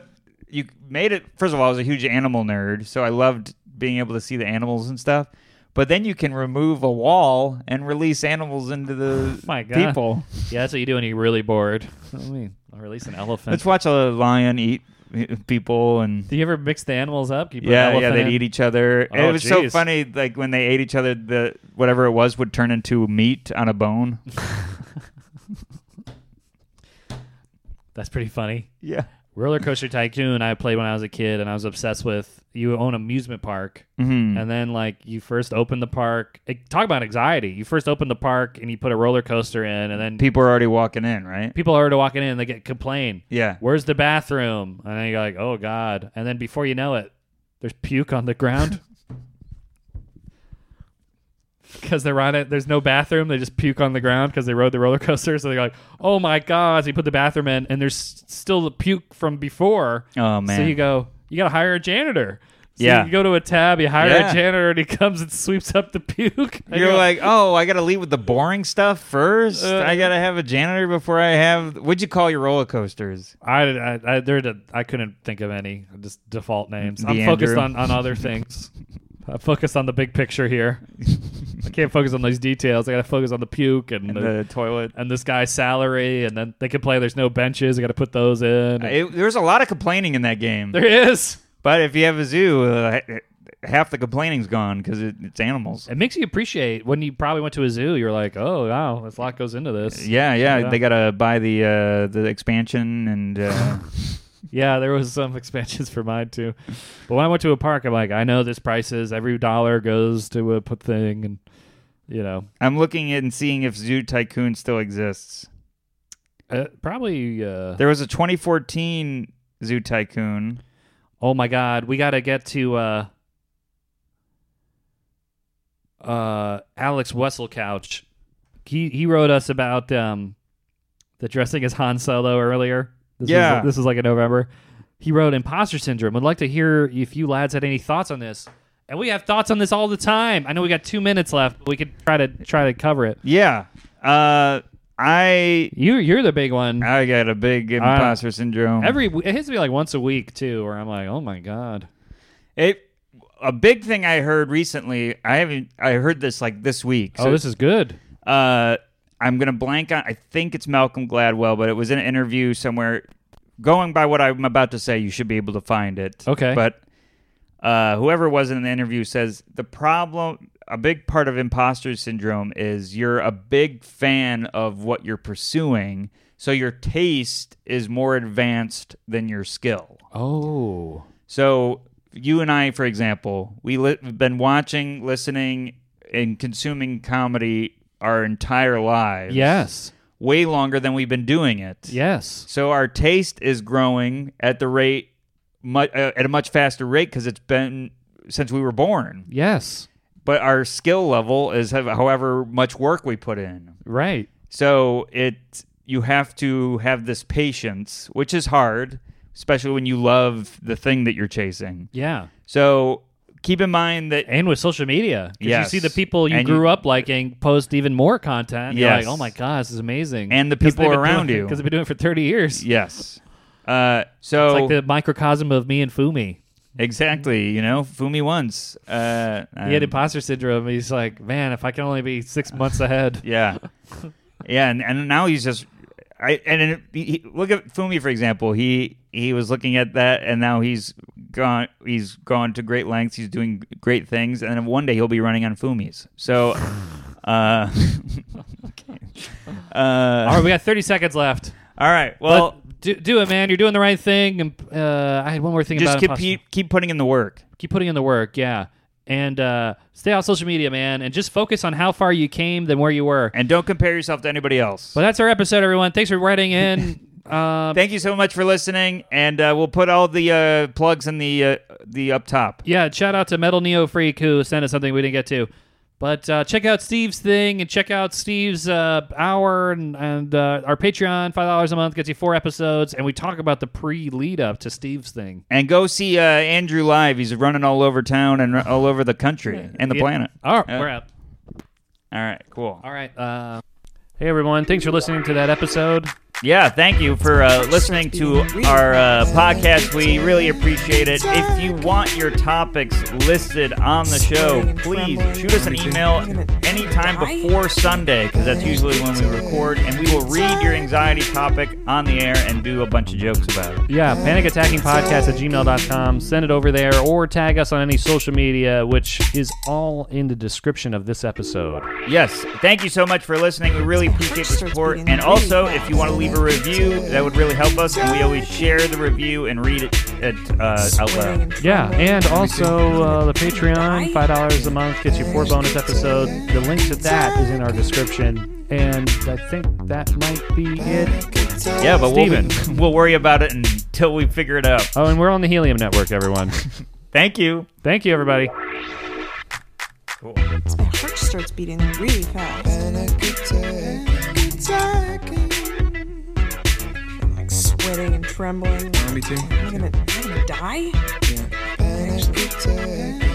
Speaker 2: you made it. First of all, I was a huge animal nerd, so I loved being able to see the animals and stuff. But then you can remove a wall and release animals into the
Speaker 1: My God.
Speaker 2: people.
Speaker 1: Yeah, that's what you do when you're really bored. I mean, or at least an elephant.
Speaker 2: Let's watch a lion eat e, people and
Speaker 1: do you ever mix the animals up? You put an
Speaker 2: yeah, yeah,
Speaker 1: elephant
Speaker 2: they'd
Speaker 1: in?
Speaker 2: eat each other.
Speaker 1: Oh,
Speaker 2: it was so
Speaker 1: jeez.
Speaker 2: funny, like when they ate each other, the whatever it was would turn into meat on a bone. e-
Speaker 1: That's pretty funny.
Speaker 2: yeah,
Speaker 1: Roller Coaster Tycoon, I played when I was a kid, and I was obsessed with. You own amusement park,
Speaker 2: Mhm.
Speaker 1: and then like you first open the park. eh, Talk about anxiety! You first open the park, and you put a roller coaster in, and then
Speaker 2: people are already walking in, right?
Speaker 1: people are already walking in, and they get complain.
Speaker 2: Yeah,
Speaker 1: Where's the bathroom? And then you're like, oh god! And then before you know it, there's puke on the ground because they're on it. There's no bathroom. They just puke on the ground because they rode the roller coaster. So they're like, oh my god! So you put the bathroom in, and there's s- still the puke from before.
Speaker 2: Oh, man.
Speaker 1: So you go, you gotta hire a janitor. So
Speaker 2: Yeah.
Speaker 1: You go to a tab, you hire
Speaker 2: Yeah.
Speaker 1: a janitor, and he comes and sweeps up the puke. And
Speaker 2: you're
Speaker 1: go,
Speaker 2: like, oh, I got to leave with the boring stuff first.
Speaker 1: Uh,
Speaker 2: I got to have a janitor before I have. What'd you call your roller coasters?
Speaker 1: I, I, I, there, did- I couldn't think of any just default names.
Speaker 2: The
Speaker 1: I'm focused
Speaker 2: Andrew.
Speaker 1: on, on other things. I'm focused on the big picture here. I can't focus on those details. I got to focus on the puke and, the,
Speaker 2: The toilet.
Speaker 1: and this guy's salary, and then they can play. There's no benches. I got to put those in.
Speaker 2: Uh, It, there was a lot of complaining in that game,
Speaker 1: there is.
Speaker 2: but if you have a zoo, uh, half the complaining's gone because it, it's animals.
Speaker 1: It makes you appreciate when you probably went to a zoo. You're like, oh wow, this lot goes into this.
Speaker 2: Yeah, yeah,
Speaker 1: Yeah.
Speaker 2: they gotta buy the uh, the expansion and uh,
Speaker 1: Yeah, there was some expansions for mine too. But when I went to a park, I'm like, I know this price is every dollar goes to a p- thing, and you know,
Speaker 2: I'm looking and seeing if Zoo Tycoon still exists.
Speaker 1: uh, probably. Uh,
Speaker 2: There was a 2014 Zoo Tycoon.
Speaker 1: oh my God, we gotta get to uh, uh, Alex Wesselcouch. He he wrote us about um, the dressing as Han Solo earlier. This
Speaker 2: Yeah.
Speaker 1: was, this was like in November. He wrote imposter syndrome. Would like to hear if you lads had any thoughts on this. And we have thoughts on this all the time. I know we got two minutes left, but we could try to try to cover it.
Speaker 2: Yeah, uh, I
Speaker 1: You you're the big one.
Speaker 2: I got a big imposter syndrome.
Speaker 1: Every it hits me like once a week too, where I'm like, oh my god.
Speaker 2: it, a big thing I heard recently. I haven't. I heard this like this week.
Speaker 1: Oh, this is good.
Speaker 2: Uh, I'm gonna blank on. I think it's Malcolm Gladwell, but it was in an interview somewhere. Going by what I'm about to say, you should be able to find it.
Speaker 1: Okay.
Speaker 2: but uh, whoever it was in the interview says the problem, a big part of imposter syndrome is you're a big fan of what you're pursuing, so your taste is more advanced than your skill.
Speaker 1: Oh.
Speaker 2: So you and I, for example, we li- have been watching, listening, and consuming comedy our entire lives.
Speaker 1: Yes.
Speaker 2: way longer than we've been doing it.
Speaker 1: Yes.
Speaker 2: So our taste is growing at the rate mu- uh, at a much faster rate because it's been since we were born.
Speaker 1: Yes.
Speaker 2: But our skill level is have, however much work we put in.
Speaker 1: Right.
Speaker 2: So it you have to have this patience, which is hard, especially when you love the thing that you're chasing.
Speaker 1: Yeah.
Speaker 2: So keep in mind that
Speaker 1: And with social media, 'cause
Speaker 2: Yes.
Speaker 1: you see the people you
Speaker 2: And
Speaker 1: grew
Speaker 2: you-
Speaker 1: up liking post even more content. and You're
Speaker 2: Yes.
Speaker 1: like, oh my god, this is amazing.
Speaker 2: And the people around you.
Speaker 1: because they've been doing it for thirty years.
Speaker 2: yes. Uh, so
Speaker 1: It's like the microcosm of me and Fumi.
Speaker 2: exactly, you know, fool me once. Uh,
Speaker 1: He had
Speaker 2: um,
Speaker 1: imposter syndrome. He's like, man, if I can only be six months ahead.
Speaker 2: Yeah, yeah, and, and now he's just I and it, he, look at Fumi for example. He he was looking at that, and now he's gone. He's gone to great lengths. He's doing great things, and then one day he'll be running on Fumi's. So, uh,
Speaker 1: All
Speaker 2: uh,
Speaker 1: right, we got thirty seconds left.
Speaker 2: all right. Well,
Speaker 1: Well, do, do it, man. You're doing the right thing. And uh, I had one more thing
Speaker 2: just
Speaker 1: about
Speaker 2: keep
Speaker 1: imposter-
Speaker 2: keep, keep putting in the work.
Speaker 1: keep putting in the work. Yeah, and uh, stay on social media, man, and just focus on how far you came than where you were.
Speaker 2: And don't compare yourself to anybody else.
Speaker 1: But that's our episode, everyone. Thanks for writing in. Uh,
Speaker 2: Thank you so much for listening, and uh, we'll put all the uh, plugs in the uh, the up top.
Speaker 1: yeah, shout out to Metal Neo Freak who sent us something we didn't get to. But uh, check out Steve's thing and check out Steve's uh, hour and, and uh, our Patreon. Five dollars a month gets you four episodes, and we talk about the pre-lead up to Steve's thing.
Speaker 2: And go see uh, Andrew live. He's running all over town and r- all over the country and the
Speaker 1: Yeah.
Speaker 2: planet.
Speaker 1: All right,
Speaker 2: Yeah.
Speaker 1: we're out.
Speaker 2: All right, cool.
Speaker 1: Oh, All right. Uh, hey everyone, thanks for listening to that episode.
Speaker 2: Yeah, thank you for uh, listening to our uh, podcast. We really appreciate it. If you want your topics listed on the show, please shoot us an email anytime before Sunday, because that's usually when we record, and we will read your anxiety topic on the air and do a bunch of jokes about it.
Speaker 1: Yeah, panicattackingpodcast at gmail.com. Send it over there or tag us on any social media, which is all in the description of this episode.
Speaker 2: Yes, thank you so much for listening. We really appreciate the support. And also, if you want to leave a review, that would really help us. And we always share the review and read it, it uh, out loud.
Speaker 1: Yeah, and also uh, the Patreon, five dollars a month gets you four bonus episodes. The link to that is in our description, and I think that might be it.
Speaker 2: Yeah, but we'll,
Speaker 1: Steven.
Speaker 2: we'll worry about it until we figure it out.
Speaker 1: Oh, and we're on the Helium Network, everyone.
Speaker 2: Thank you.
Speaker 1: Thank you, everybody.
Speaker 3: My heart starts beating really fast.
Speaker 4: Panic attacking.
Speaker 3: I'm like sweating and trembling.
Speaker 5: Me too.
Speaker 3: I'm gonna, I'm gonna die.
Speaker 4: Panic attacking.